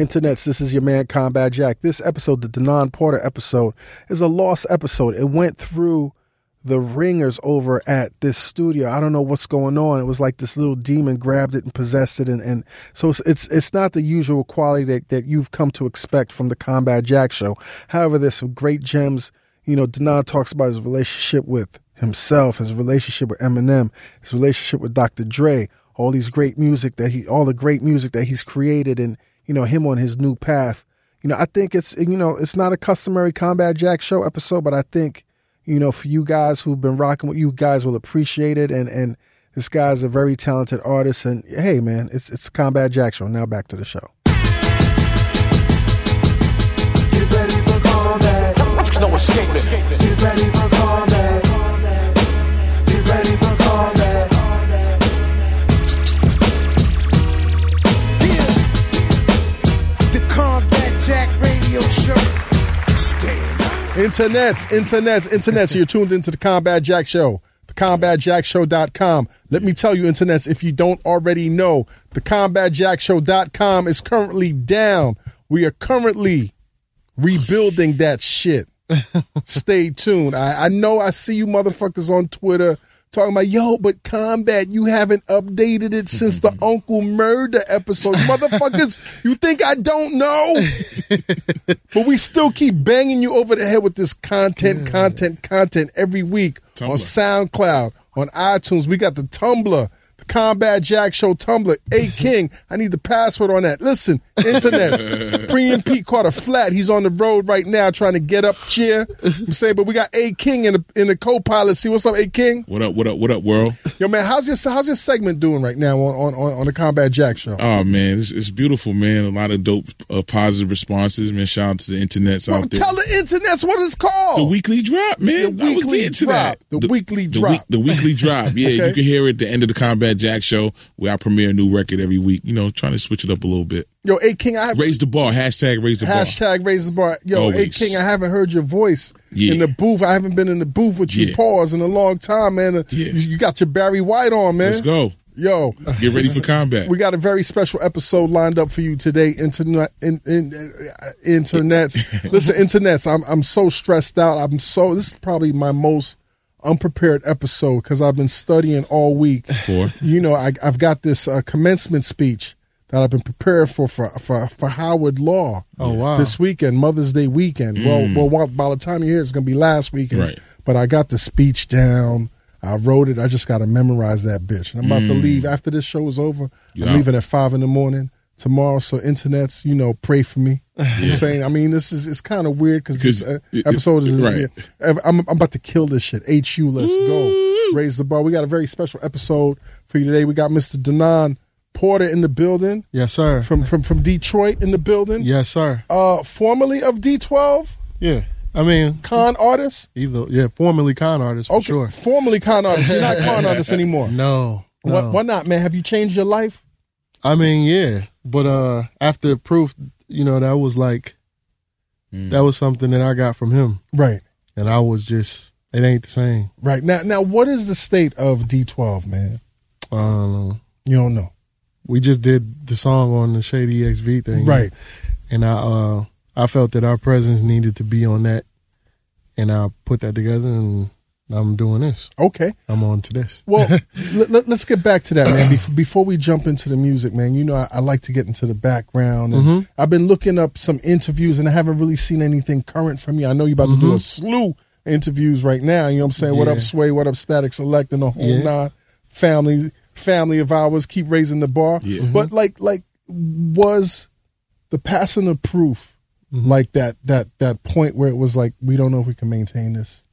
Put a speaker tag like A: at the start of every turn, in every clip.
A: Internets, this is your man Combat Jack. This episode, the Denon Porter episode, is a lost episode. It went through the ringers over at this studio. I don't know what's going on. It was like this little demon grabbed it and possessed it, and, and so it's, it's it's not the usual quality that, that you've come to expect from the Combat Jack show. However, there's some great gems. You know, Denon talks about his relationship with himself, his relationship with Eminem, his relationship with Dr. Dre, all these great music that he, all the great music that he's created, and you know him on his new path. You know, I think it's you know it's not a customary Combat Jack show episode, but I think you know, for you guys who've been rocking with you guys will appreciate it. And and this guy's a very talented artist. And hey, man, it's it's Combat Jack Show. Now back to the show.
B: Get ready for combat. No escaping. Get ready for combat. Get ready for combat. Yeah. The Combat Jack Radio Show. Stand up.
A: Internets, internets, internets. You're tuned into the Combat Jack Show, thecombatjackshow.com. Let me tell you, internets, if you don't already know, thecombatjackshow.com is currently down. We are currently rebuilding that shit. Stay tuned. I, I know I see you motherfuckers on Twitter talking about, yo, but Combat, you haven't updated it since the Uncle Murder episode. Motherfuckers, you think I don't know? But we still keep banging you over the head with this content, content, content every week on SoundCloud, on iTunes. We got the Tumblr, the Combat Jack Show Tumblr. A King, I need the password on that. Listen, internet, Premium Pete caught a flat. He's on the road right now trying to get up cheer. I'm saying, but we got A King in the in the co-pilot. See what's up, A King?
C: What up, what up, what up, world?
A: Yo, man, how's your how's your segment doing right now on on on, on the Combat Jack Show?
C: Oh, man, it's, it's beautiful, man. A lot of dope, uh, positive responses, man. Shout out to the internets out there.
A: Tell the internets what it's called.
C: the weekly drop, man.
A: The
C: I was
A: weekly
C: getting to
A: drop.
C: that.
A: The weekly drop.
C: the weekly drop. Yeah,
A: Okay.
C: you can hear it at the end of the Combat Jack show where I premiere a new record every week. You know, trying to switch it up a little bit.
A: Yo, A King, I have
C: Raise the bar. Hashtag raise the bar.
A: Hashtag raise the bar. Yo, A
C: Always.
A: King, I haven't heard your voice
C: Yeah.
A: in the booth. I haven't been in the booth with you
C: Yeah.
A: pause in a long time, man. You-
C: Yeah.
A: You got your Barry White on, man.
C: Let's go.
A: Yo,
C: Get ready for combat.
A: we got a very special episode lined up for you today, internet, in, in, uh, internets. Listen, internets, I'm I'm so stressed out. I'm so this is probably my most unprepared episode because I've been studying all week.
C: For.
A: you know, I, I've got this uh, commencement speech that I've been prepared for for for, for Howard Law.
D: Oh, wow.
A: This weekend, Mother's Day weekend. Well, well, while- by the time you hear, it, it's gonna be last weekend.
C: Mm. Right.
A: But I got the speech down. I wrote it. I just got to memorize that bitch. And I'm about to
C: Mm.
A: leave after this show is over.
C: You
A: I'm
C: out.
A: leaving at five in the morning tomorrow. So internets, you know, pray for me. I'm saying, I mean, this is it's kind of weird because this
C: 'Cause
A: uh,
C: it- it-
A: episode is
C: right.
A: I'm, I'm about to kill this shit. HU, let's go. Raise the bar. We got a very special episode for you today. We got Mr. Denon Porter in the building
D: Yes, sir.
A: from from from Detroit in the building.
D: yes, sir.
A: Uh, formerly of D12,
D: Yeah. I mean,
A: con artist.
D: either yeah, formerly con artist for
A: Okay,
D: sure.
A: formerly con artist. You're not con artist anymore.
D: No, no.
A: Why, why not, man? Have you changed your life?
D: I mean, yeah, but uh, after proof, you know, that was like, that was something that I got from him,
A: Right,
D: and I was just, it ain't the same.
A: right. Now, now, what is the state of D12, man?
D: I don't know.
A: You don't know,
D: Um, We just did the song on the Shady XV thing,
A: right?
D: And I, uh, I felt that our presence needed to be on that, and I put that together, and I'm doing this.
A: Okay.
D: I'm on to this.
A: Well, let, let, us get back to that, man. Before, before we jump into the music, man, you know I, I like to get into the background, and
D: Mm-hmm.
A: I've been looking up some interviews, and I haven't really seen anything current from you. I know you're about to do a slew of interviews right now. You know what I'm saying? What up,
D: Mm-hmm. Yeah.
A: Sway? What up, Static Select? And the whole
D: Yeah.
A: nine family family of ours keep raising the bar.
C: Yeah.
D: Mm-hmm.
A: But like, like was the passing of proof
D: Mm-hmm.
A: like that that that point where it was like we don't know if we can maintain this?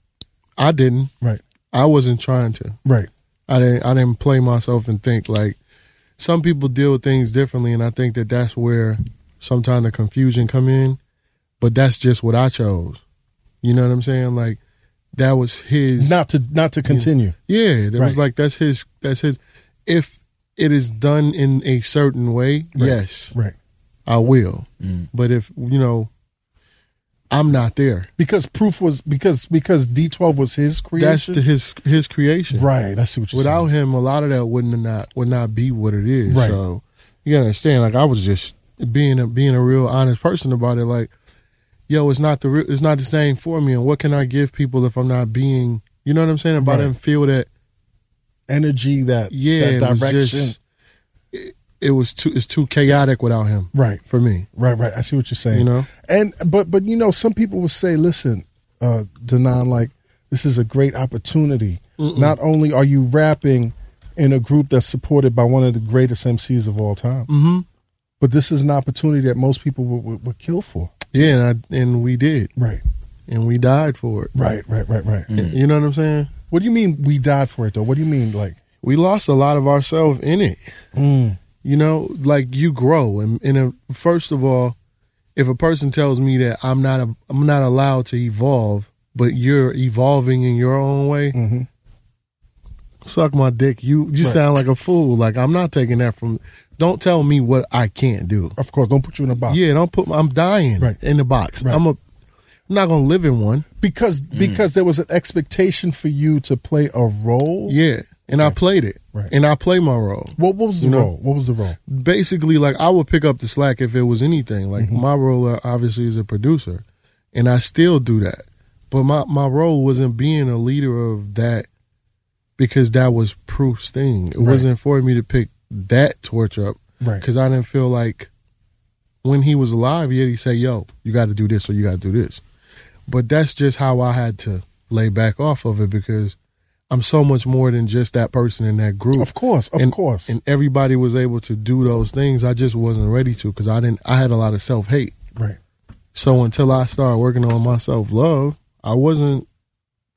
D: I didn't.
A: Right.
D: I wasn't trying to.
A: Right.
D: I didn't I didn't play myself and think like some people deal with things differently and I think that that's where sometimes the confusion come in but that's just what I chose you know what I'm saying like that was his
A: Not to not to continue.
D: yeah that
A: Right.
D: was like that's his that's his if it is done in a certain way yes
A: Right.
D: I will but if you know I'm not there
A: because proof was because because D twelve was his creation.
D: that's the, his his creation
A: right. I see what you're
D: without him, a lot of that wouldn't have not would not be what it is.
A: Right.
D: So you gotta understand, like I was just being a, being a real honest person about it. Like, yo, it's not the real, it's not the same for me. And what can I give people if I'm not being, you know what I'm saying? If I
A: Right.
D: didn't feel that,
A: energy, that
D: yeah,
A: that
D: it was
A: direction.
D: just, it, it was too, it's too chaotic without him
A: right,
D: for me.
A: right, right. I see what you're saying.
D: You know?
A: and but but you know, some people will say, "Listen, uh, Denon, like this is a great opportunity. Not only are you rapping in a group that's supported by one of the greatest MCs of all time, mm-hmm. but this is an opportunity that most people would, would, would kill for."
D: Yeah. And I, and we did,
A: Right,
D: and we died for it.
A: right, right, right, right.
D: You know what I'm saying?
A: What do you mean we died for it though? What do you mean like? Mm.
D: we lost a lot of ourselves in it. You know, like you grow, and, and a, first of all, if a person tells me that I'm not a, I'm not allowed to evolve, but you're evolving in your own way,
A: Mm-hmm.
D: suck my dick. You you sound like a fool. Like I'm not taking that from. Don't tell me what I can't do.
A: Of course, don't put you in a box.
D: Yeah, don't put. I'm dying
A: Right.
D: in the box.
A: Right.
D: I'm a. I'm not gonna live in one. Mm.
A: because because there was an expectation for you to play a role.
D: Yeah, and I played it.
A: Right.
D: And I play my role.
A: What, what was the
D: You know?
A: role? What was the role?
D: basically like I would pick up the slack if it was anything. Like my role uh, obviously is a producer, and I still do that. But my my role wasn't being a leader of that because that was Proof's thing. It wasn't for me to pick that torch up
A: Right.
D: because I didn't feel like when he was alive, yet he said, "Yo, you got to do this or you got to do this." But that's just how I had to lay back off of it because I'm so much more than just that person in that group
A: Of course, of
D: and,
A: course.
D: and everybody was able to do those things. I just wasn't ready to because I didn't. I had a lot of self hate.
A: right.
D: So until I started working on my self love, I wasn't.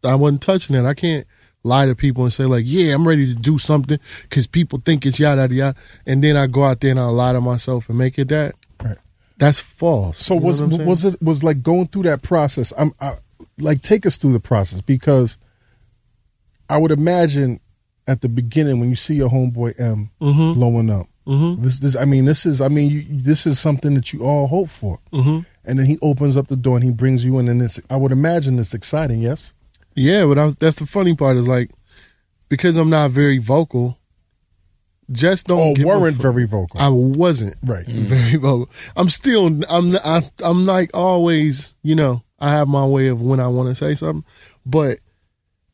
D: I wasn't touching it. I can't lie to people and say like, "Yeah, I'm ready to do something," because people think it's yada yada yada, and then I go out there and I lie to myself and make it that.
A: Right.
D: That's false.
A: So
D: You know
A: was
D: what I'm saying?
A: was it was like going through that process? I'm I, like take us through the process because I would imagine at the beginning when you see your homeboy M
D: Mm-hmm.
A: blowing up. This this I mean this is I mean you, this is something that you all hope for. Mm-hmm. And then he opens up the door and he brings you in and it's I would imagine it's exciting. Yes.
D: Yeah, but I was, that's the funny part is like because I'm not very vocal. Just don't
A: Or
D: give a
A: weren't
D: fu-
A: very vocal.
D: I wasn't
A: Right.
D: very vocal. I'm still I'm I'm, I'm like always, you know, I have my way of when I want to say something, but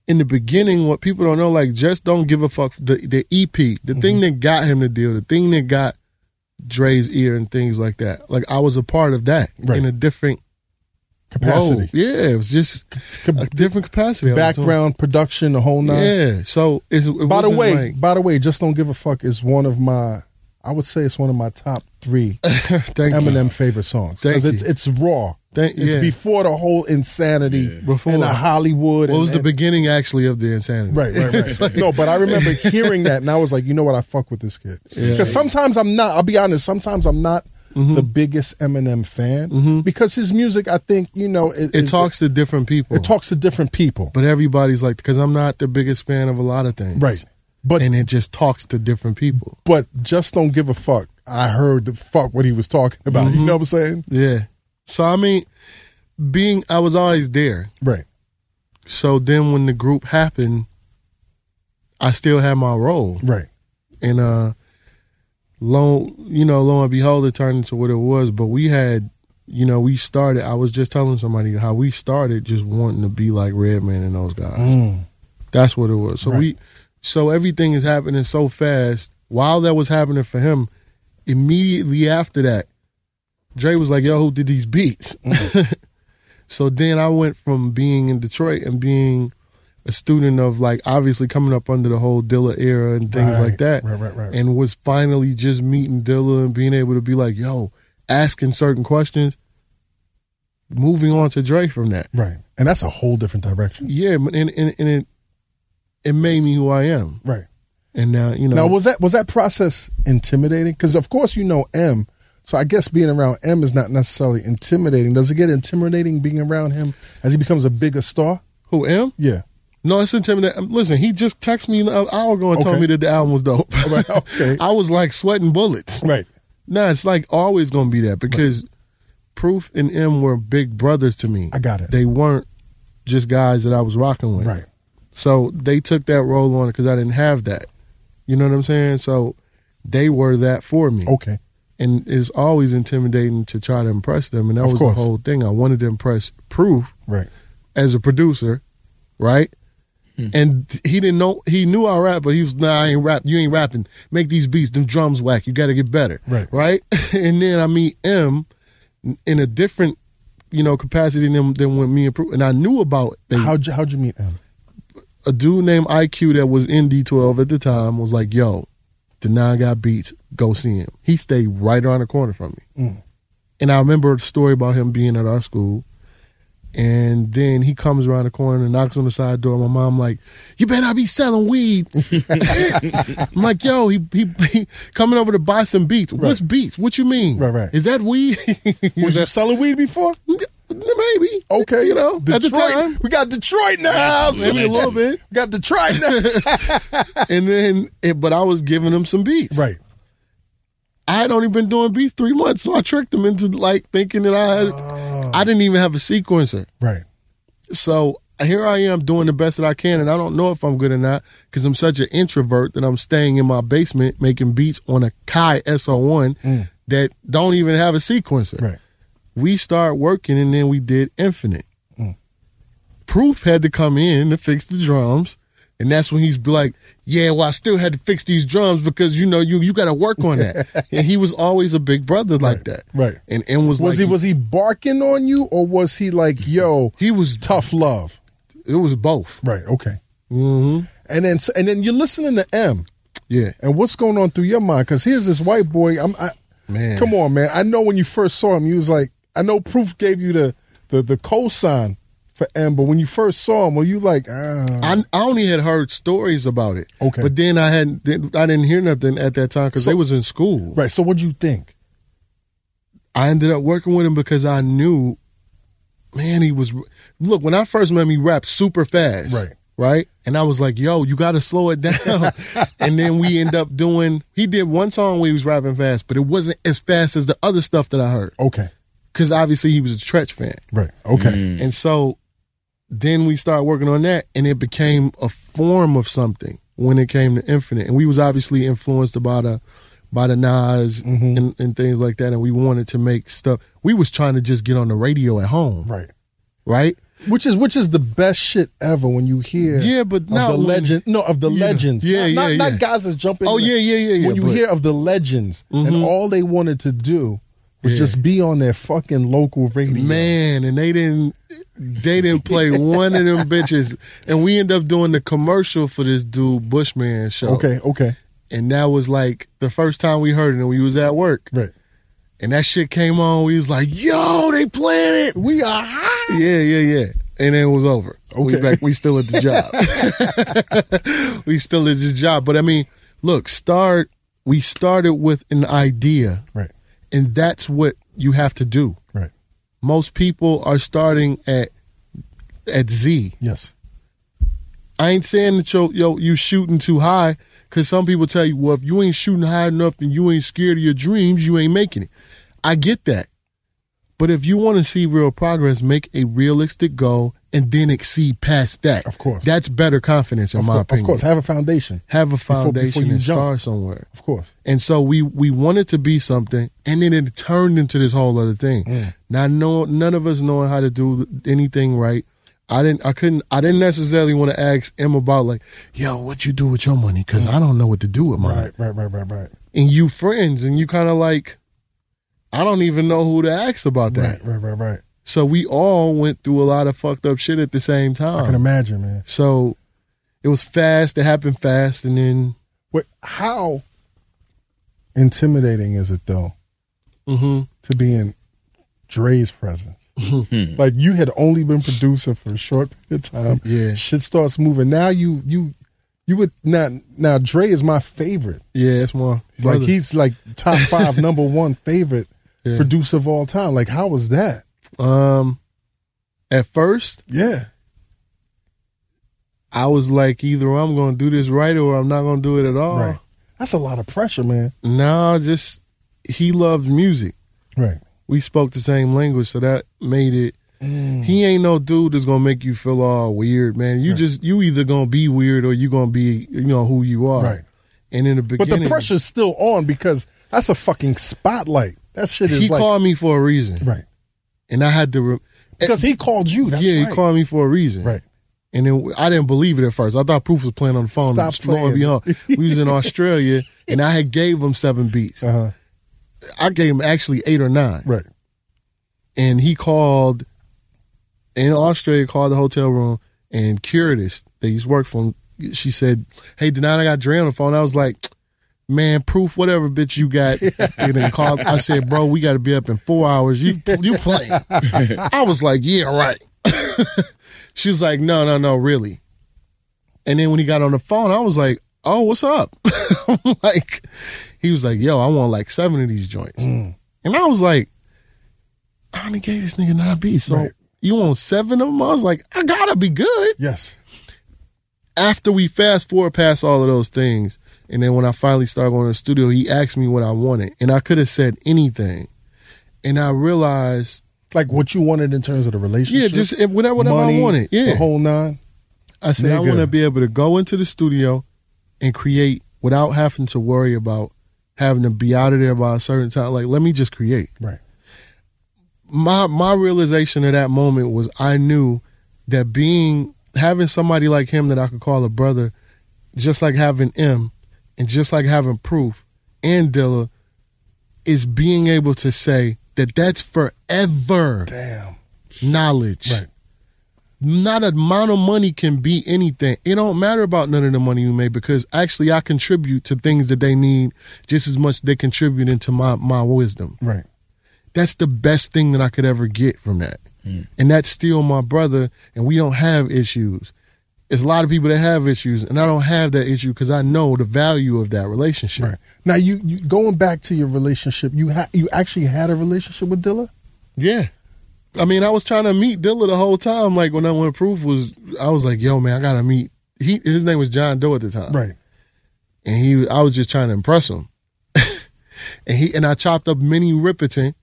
D: in the beginning what people don't know like just don't give a fuck the the EP, the thing
A: Mm-hmm.
D: that got him the deal, the thing that got Dre's ear and things like that. Like I was a part of that
A: Right.
D: in a different
A: Capacity.
D: role. Yeah, it was just
A: Ca-
D: a different capacity. I was doing-
A: background production the whole nine.
D: yeah. So it's it
A: By the
D: wasn't
A: way,
D: like-
A: by the way, just don't give a fuck is one of my I would say it's one of my top 3
D: thank you.
A: Eminem favorite songs
D: Thank
A: because it's
D: you.
A: it's raw.
D: Thank-
A: it's
D: yeah.
A: before the whole insanity
D: Before.
A: and the
D: What
A: Hollywood. and-
D: was the
A: and-
D: beginning actually of the insanity?
A: Right, right, right. no, but I remember hearing that, and I was like, you know what? I fuck with this kid because sometimes I'm not. I'll be honest. Sometimes I'm not
D: Mm-hmm.
A: the biggest Eminem fan because his music, I think, you know, it,
D: It talks to different people.
A: It, talks to different people,
D: but everybody's like, because I'm not the biggest fan of a lot of things.
A: right? But
D: and it just talks to different people.
A: but just don't give a fuck. I heard the fuck what he was talking about. You know what I'm saying?
D: Mm-hmm. Yeah. So I mean, being I was always there.
A: Right.
D: So then when the group happened, I still had my role.
A: Right.
D: and uh lo you know lo and behold it turned into what it was but we had you know we started i was just telling somebody how we started just wanting to be like redman and those guys that's what it was so we so everything is happening so fast while that was happening for him immediately after that Dre was like, "Yo, who did these beats?" so then I went from being in Detroit and being a student of like obviously coming up under the whole Dilla era and things
A: Right,
D: like that,
A: right, right, right.
D: and was finally just meeting Dilla and being able to be like, "Yo," asking certain questions. Moving on to Dre from that,
A: Right. And that's a whole different direction.
D: yeah, and and, and it it made me who I am,
A: Right.
D: and now you know.
A: Now was that was that process intimidating? Because of course you know M. So I guess being around M is not necessarily intimidating. Does it get intimidating being around him as he becomes a bigger star?
D: who am?
A: Yeah.
D: No, it's intimidating. um, Listen, he just texted me an hour ago and
A: Okay.
D: told me that the album was dope.
A: okay.
D: I was like sweating bullets.
A: Right.
D: Nah, it's like always gonna be that because Proof and M were big brothers to me.
A: I got it.
D: They weren't just guys that I was rocking with.
A: Right.
D: So they took that role on it because I didn't have that. You know what I'm saying? So they were that for me.
A: Okay.
D: and it's always intimidating to try to impress them. And that
A: Of
D: was
A: course.
D: the whole thing. I wanted to impress Proof
A: Right.
D: as a producer, right?
A: Hmm.
D: And he didn't know he knew I rap, but he was nah, I ain't rap. You ain't rapping. Make these beats, them drums whack. You got to get better,
A: Right.
D: Right. and then I meet M in a different, you know, capacity than than when me and Proof. And I knew about they
A: How'd you, how'd you meet him?
D: a dude named IQ that was in D12 at the time was like, yo, the nine got beats, go see him. He stayed right around the corner from me.
B: Mm.
D: And I remember a story about him being at our school. And then he comes around the corner and knocks on the side door. My mom like, "You better not be selling weed." I'm like, "Yo, he, he, he coming over to buy some beats. What's beats? What you mean?
A: Right, right.
D: Is that weed?
A: Was you selling weed before?
D: Maybe.
A: Okay.
D: you know,
A: Detroit.
D: at the time,
A: We got Detroit in the house.
D: maybe a little bit.
A: We got Detroit now.
D: And then, it, but I was giving him some beats,
A: right.
D: I had only been doing beats three months, so I tricked them into like thinking that I had, I didn't even have a sequencer.
A: Right.
D: So here I am doing the best that I can, and I don't know if I'm good or not because I'm such an introvert that I'm staying in my basement making beats on a Kai SO1 that don't even have a sequencer.
A: Mm. Right.
D: We start working, and then we did Infinite. Proof had to come in to fix the drums. And that's when he's be like, "Yeah, well, I still had to fix these drums because you know you you got to work on that." and he was always a big brother like that,
A: right.
D: And M was
A: Was
D: like,
A: he was he barking on you or was he like, yo,
D: he was
A: tough love?
D: it was both,
A: Right. Okay. Mm-hmm. And then and then you're listening to M.
D: yeah,
A: and what's going on through your mind? Because here's this white boy. I'm I,
D: Man.
A: Come on, man. I know when you first saw him, you was like, I know Proof gave you the the the cosign for M, but when you first saw him, were you like, ah,
D: I, I only had heard stories about it.
A: Okay.
D: but then I hadn't. then I didn't hear nothing at that time because
A: So-
D: they was in school.
A: right? So what'd you think?
D: I ended up working with him because I knew, man, he was. Look, when I first met him, he rapped super fast.
A: Right.
D: Right. And I was like, yo, you got to slow it down. and then we end up doing, he did one song where he was rapping fast, but it wasn't as fast as the other stuff that I heard.
A: Okay,
D: Because obviously he was a Tretch fan.
A: right, okay,
D: And so then we started working on that and it became a form of something when it came to Infinite. And we was obviously influenced by the by the Nas
A: Mm-hmm.
D: and, and things like that. And we wanted to make stuff. We was trying to just get on the radio at home,
A: right.
D: right?
A: Which is which is the best shit ever when you hear
D: Yeah, but
A: of
D: not
A: the
D: when-
A: legend no of the
D: Yeah.
A: legends
D: Yeah,
A: not,
D: yeah,
A: not,
D: yeah.
A: not guys that's jumping
D: Oh, yeah, yeah, yeah,
A: when
D: yeah,
A: you
D: but-
A: hear of the legends and all they wanted to do was just be on their fucking local radio
D: Man, and they didn't they didn't play one of them bitches. And we end up doing the commercial for this dude Bushman show.
A: okay okay
D: And that was like the first time we heard it and we was at work.
A: right
D: And that shit came on, we was like, yo, they playing it.
A: we are high
D: Yeah, yeah, yeah. And then it was over. We
A: Okay.
D: back we still at the job. we still at the job. But I mean, look, start we started with an idea
A: right
D: and that's what you have to do.
A: right
D: Most people are starting at at Z.
A: yes
D: I ain't saying that yo yo you shooting too high, cause some people tell you, well, if you ain't shooting high enough and you ain't scared of your dreams, you ain't making it. I get that, but if you want to see real progress, make a realistic goal and then exceed past that.
A: Of course.
D: that's better confidence in
A: of,
D: my
A: cour-
D: opinion.
A: of course have a foundation
D: have a
A: before
D: foundation
A: you
D: and
A: jump.
D: start somewhere.
A: of course
D: And so we we wanted to be something, and then it turned into this whole other thing. Now, no, none of us knowing how to do anything right. I didn't. I couldn't. I didn't necessarily want to ask him about like, yo, what you do with your money? Because I don't know what to do with mine.
A: right right right right right
D: And you friends, and you kind of like, I don't even know who to ask about that.
A: right right right right
D: So we all went through a lot of fucked up shit at the same
A: i can
D: time.
A: imagine man
D: So it was fast. It happened fast, and then
A: what how intimidating is it though
D: Mhm.
A: to be in dre's presence like you had only been producing for a short period of time
D: Yeah.
A: shit starts moving now you you you would not now dre is my favorite
D: yeah, it's more brother.
A: like he's like top five number one favorite producer of all time like how was that
D: um, at first
A: yeah
D: I was like, either I'm going to do this right or I'm not going to do it at all.
A: Right. That's a lot of pressure, man.
D: Nah, just he loved music.
A: Right.
D: We spoke the same language, so that made it.
A: Mm.
D: He ain't no dude that's gonna make you feel all weird, man. You just you either gonna be weird or you gonna be you know who you are.
A: Right.
D: And in the
A: But
D: beginning,
A: the pressure's still on because that's a fucking spotlight. That shit is
D: He
A: like
D: called me for a reason,
A: right
D: and I had to. Re-
A: because he called you. That's
D: yeah,
A: right.
D: he called me for a reason,
A: Right.
D: And then I didn't believe it at first. I thought Proof was playing on the phone.
A: Stop
D: Lo and
A: playing.
D: behold, we was in Australia, and I had gave him seven beats.
A: Uh-huh.
D: I gave him actually eight or nine,
A: Right.
D: and he called in Australia, called the hotel room, and Curitas, they used to work for him. She said, "Hey, tonight I got Dre on the phone." I was like, "Man, proof, whatever, bitch, you got." and then called. I said, "Bro, we got to be up in four hours. You you playing?" I was like, "Yeah, right." She's like, "No, no, no, really." And then when he got on the phone, I was like, "Oh, what's up?" I'm like, he was like, "Yo, I want like seven of these joints,"
A: Mm.
D: and I was like, "I only gave this nigga nine beats, so
A: Right.
D: you want seven of them?" I was like, "I gotta be good."
A: Yes.
D: After we fast forward past all of those things, and then when I finally started going to the studio, he asked me what I wanted, and I could have said anything, and I realized,
A: Like what you wanted in terms of the relationship.
D: yeah, just if- whatever, whatever
A: money,
D: I wanted, yeah,
A: The whole nine.
D: I said I
A: Nigga.
D: want to be able to go into the studio and create without having to worry about having to be out of there by a certain time. Like, let me just create.
A: Right.
D: My my realization of that moment was I knew that being having somebody like him that I could call a brother, just like having M, and just like having Proof and Dilla, is being able to say that that's forever
A: Damn.
D: knowledge.
A: Right.
D: Not a amount of money can be anything. It don't matter about none of the money you made because actually I contribute to things that they need just as much as they contribute into my my wisdom.
A: Right.
D: That's the best thing that I could ever get from that.
A: Mm.
D: And that's still my brother and we don't have issues. It's a lot of people that have issues and I don't have that issue because I know the value of that relationship.
A: Right. Now you, you going back to your relationship. You ha- you actually had a relationship with Dilla.
D: Yeah. I mean, I was trying to meet Dilla the whole time. Like when I went proof was, I was like, "Yo, man, I gotta meet." He his name was John Doe at the time,
A: Right.
D: and he I was just trying to impress him. and he and I chopped up Minnie Riperton,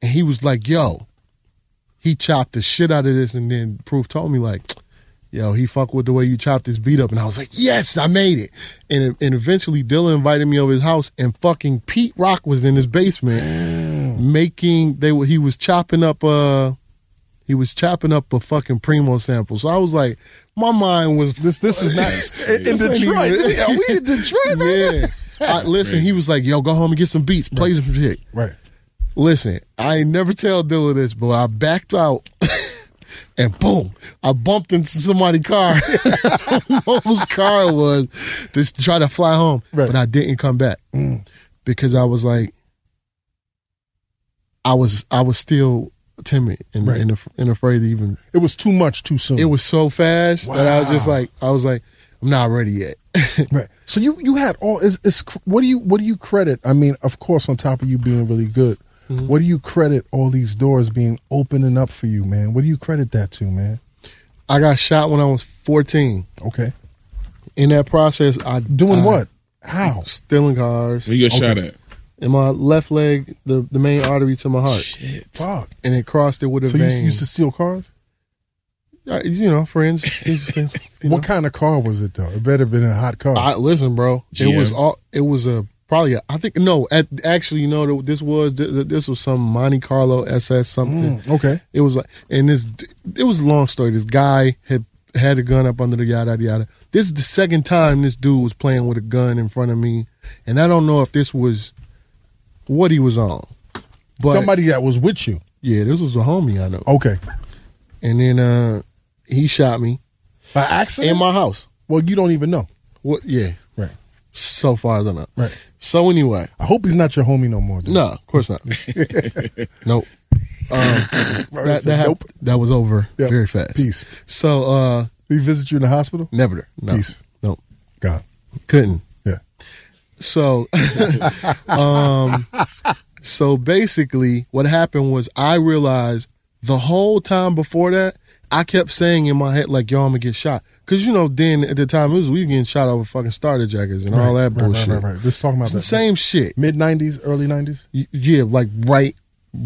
D: and he was like, "Yo," he chopped the shit out of this, and then proof told me like, "Yo, he fuck with the way you chopped this beat up," and I was like, "Yes, I made it." And and eventually Dilla invited me over his house, and fucking Pete Rock was in his basement making they were he was chopping up uh he was chopping up a fucking primo sample. So I was like, my mind was
A: This this is nice. in, in
D: This ain't
A: Detroit.
D: even-
A: Are we in Detroit? man?
D: yeah. I, listen, he was like, "Yo, go home and get some beats, play some shit."
A: Right.
D: Listen, I ain't never tell Dilla this, but I backed out, and boom, I bumped into somebody's car. I don't know whose car it was to try to fly home,
A: Right. Mm.
D: but I didn't come back because I was like, I was I was still timid and
A: Right.
D: and, af- and afraid to even.
A: It was too much too soon.
D: It was so fast that I was just
A: Wow.
D: like, I was like, I'm not ready yet.
A: Right. So you you had all is is what do you what do you credit? I mean, of course, on top of you being really good,
D: Mm-hmm.
A: what do you credit all these doors being opening up for you, man? What do you credit that to, man?
D: I got shot when I was 14.
A: Okay.
D: in that process, I
A: Doing
D: I-
A: what? How?
D: Stealing cars.
C: Where you got shot at?
D: In my left leg, the, the main artery to my heart,
A: Fuck.
D: and it crossed it with a
A: So you
D: vein.
A: used- used to steal cars?
D: Uh, you know, friends. these things, you
A: What
D: know.
A: kind of car was it though? It better been a hot car.
D: I, listen, bro. It
C: GM.
D: was all. It was a probably. A, I think no. At actually, you know, this was this was some Monte Carlo SS something.
A: Mm, okay.
D: It was like, and this, it was a long story. This guy had had a gun up under the yada yada yada. This is the second time this dude was playing with a gun in front of me, and I don't know if this was what he was on. But
A: Somebody that was with you.
D: yeah, this was a homie I know,
A: Okay.
D: and then uh he shot me
A: By
D: in
A: accident?
D: my house.
A: well, you don't even know.
D: What? Yeah,
A: Right.
D: so far as I know.
A: Right.
D: So anyway,
A: I hope he's not your homie no more. dude.
D: no, of course not. nope. Um, that,
A: said
D: that, hap-
A: nope.
D: that was over
A: Yep.
D: very fast.
A: Peace.
D: So uh,
A: He visit you in the hospital?
D: never there. No.
A: Peace.
D: Nope.
A: God.
D: Couldn't.
A: Yeah.
D: So, um, so basically, what happened was I realized the whole time before that, I kept saying in my head like, "Yo, I'm gonna get shot," because you know, then at the time it was we were getting shot over fucking starter jackets and all that
A: Right, right,
D: bullshit.
A: Right, right, right. Just talking about
D: It's the
A: that.
D: same shit.
A: Mid nineties, early nineties?
D: Y- Yeah, like right,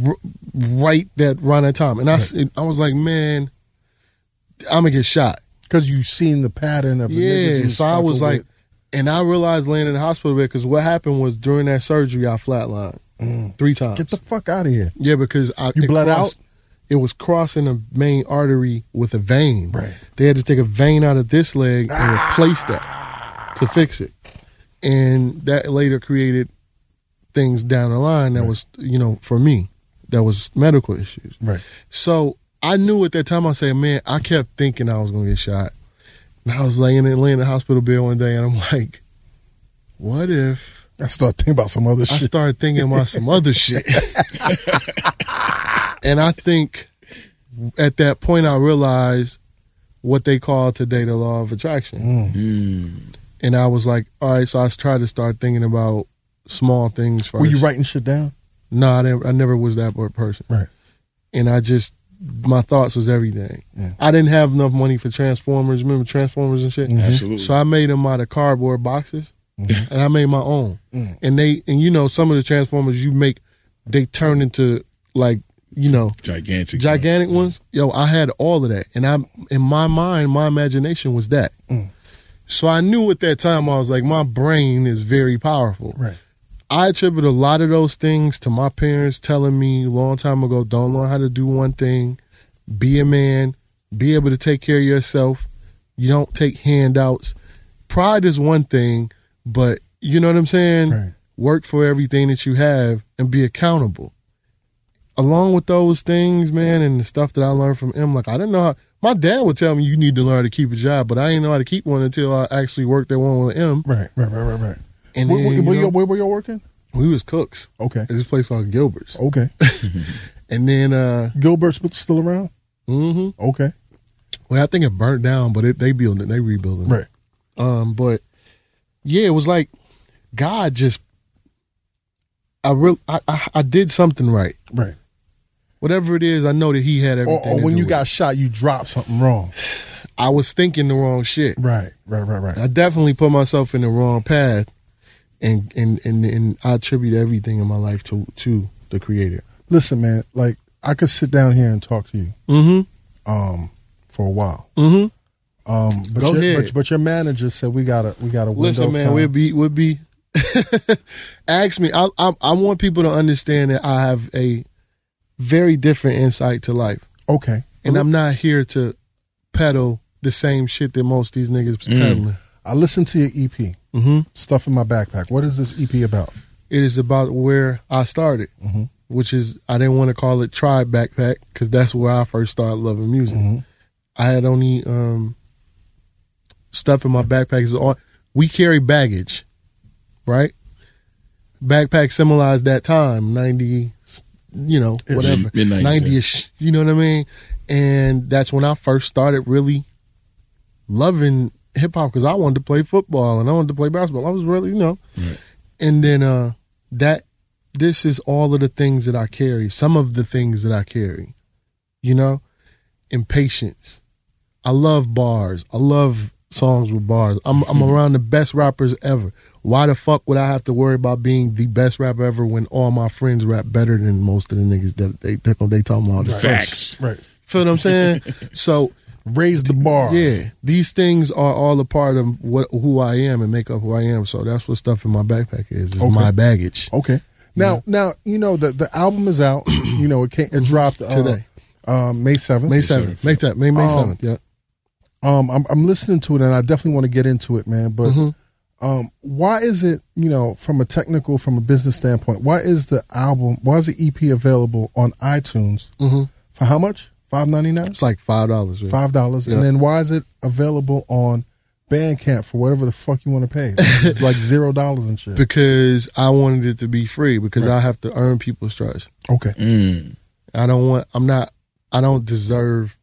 D: r- right that around that time, and I, s- I was like, "Man, I'm gonna get shot."
A: because you seen the pattern of the niggas you
D: Yeah, so I
A: fucking
D: was like,
A: with.
D: And I realized laying in the hospital bed because what happened was during that surgery I flatlined three times.
A: Mm. Get the fuck out of here.
D: yeah, because I
A: You
D: it
A: bled out?
D: crossed- It was crossing a main artery with a vein.
A: Right.
D: They had to take a vein out of this leg and replace that to fix it, and that later created things down the line that was you know for me that was medical issues.
A: Right.
D: So I knew at that time I said, man, I kept thinking I was gonna get shot. And I was laying in laying in the hospital bed one day and I'm like, what if
A: I start thinking about some other
D: I
A: shit.
D: started thinking about some other shit? and I think at that point I realized what they call today the law of attraction.
A: Mm.
D: And I was like, all right, so I tried to start thinking about small things first.
A: Were you writing shit down?
D: No, I, didn't, I never was that per- person.
A: Right.
D: And I just, my thoughts was everything.
A: Yeah.
D: I didn't have enough money for Transformers. Remember Transformers and
A: Mm-hmm.
D: shit?
C: Absolutely.
D: So I made them out of cardboard boxes and I made my own. And they, and you know, some of the Transformers you make, they turn into like, you know,
C: gigantic.
D: gigantic ones. Yo, I had all of that, and I in my mind, my imagination was that. So I knew at that time I was like, my brain is very powerful.
A: Right.
D: I attribute a lot of those things to my parents telling me a long time ago, don't learn how to do one thing, be a man, be able to take care of yourself. You don't take handouts. Pride is one thing, but you know what I'm saying?
A: Right.
D: Work for everything that you have and be accountable along with those things, man, and the stuff that I learned from him, like I didn't know how. My dad would tell me you need to learn how to keep a job, but I didn't know how to keep one until I actually worked at one with him.
A: Right, right, right, right, right.
D: And
A: Where,
D: then,
A: where,
D: you
A: where,
D: know,
A: y'all- where were y'all working?
D: we was cooks
A: Okay.
D: at this place called Gilbert's,
A: Okay.
D: and then uh,
A: Gilbert's still around?
D: hmm
A: Okay.
D: well, I think it burnt down, but it, they built it, they rebuilding it.
A: Right.
D: Um, but yeah, it was like God just, I real, I, I, I did something right.
A: Right.
D: Whatever it is, I know that He had
A: Or,
D: everything.
A: or
D: to
A: when
D: do
A: you
D: with
A: got shot, you dropped something wrong.
D: it. I was thinking the wrong shit.
A: Right, right, right, right.
D: I definitely put myself in the wrong path, and and and, and I attribute everything in my life to to the Creator.
A: Listen, man, like I could sit down here and talk to you
D: Mm-hmm.
A: um for a while.
D: Mm-hmm.
A: Um but
D: Go
A: your,
D: ahead.
A: But, but your manager said we got a we got a window
D: Listen,
A: of
D: man,
A: time.
D: we'll be we'll be. ask me. I, I I want people to understand that I have a very different insight to life,
A: okay.
D: and I'm not here to peddle the same shit that most these niggas peddling.
A: Mm. I listened to your EP.
D: Mm-hmm.
A: Stuff in my backpack. What is this EP about?
D: It is about where I started, which is I didn't want to call it tribe backpack because that's where I first started loving music. I had only um, stuff in my backpack. Is all we carry baggage, right? Backpack symbolized that time ninety, you know,
A: Ish.
D: whatever
C: Mid-nineties, yeah.
D: ninety ish. You know what I mean? And that's when I first started really loving hip hop because I wanted to play football and I wanted to play basketball. I was really, you know. And then uh that this is all of the things that I carry, some of the things that I carry, you know? Impatience. I love bars. I love songs with bars. I'm I'm around the best rappers ever. Why the fuck would I have to worry about being the best rapper ever when all my friends rap better than most of the niggas that they they, they talking about?
C: Facts.
A: Right.
D: Feel what I'm saying? so
A: Raise the bar.
D: yeah, these things are all a part of what who I am and make up who I am. So that's what stuff in my backpack is. It's
A: Okay.
D: my baggage.
A: Okay. Now, now you know the the album is out. you know it came, it dropped uh,
D: Mm-hmm. Today.
A: uh, May seventh.
D: May seventh. May that. May May
A: Um,
D: seventh. Yeah.
A: Um, I'm I'm listening to it and I definitely want to get into it, man. But
D: Mm-hmm.
A: um, why is it you know from a technical from a business standpoint? Why is the album? Why is the EP available on iTunes
D: Mm.
A: for how much? Five ninety nine.
D: Mm-hmm. It's like five dollars. Yeah.
A: Five dollars.
D: Yeah.
A: And then why is it available on Bandcamp for whatever the fuck you want to pay? It's like zero dollars and shit.
D: Because I wanted it to be free. Because I have to earn people's trust.
A: Okay.
C: Mm.
D: I don't want. I'm not. I don't deserve.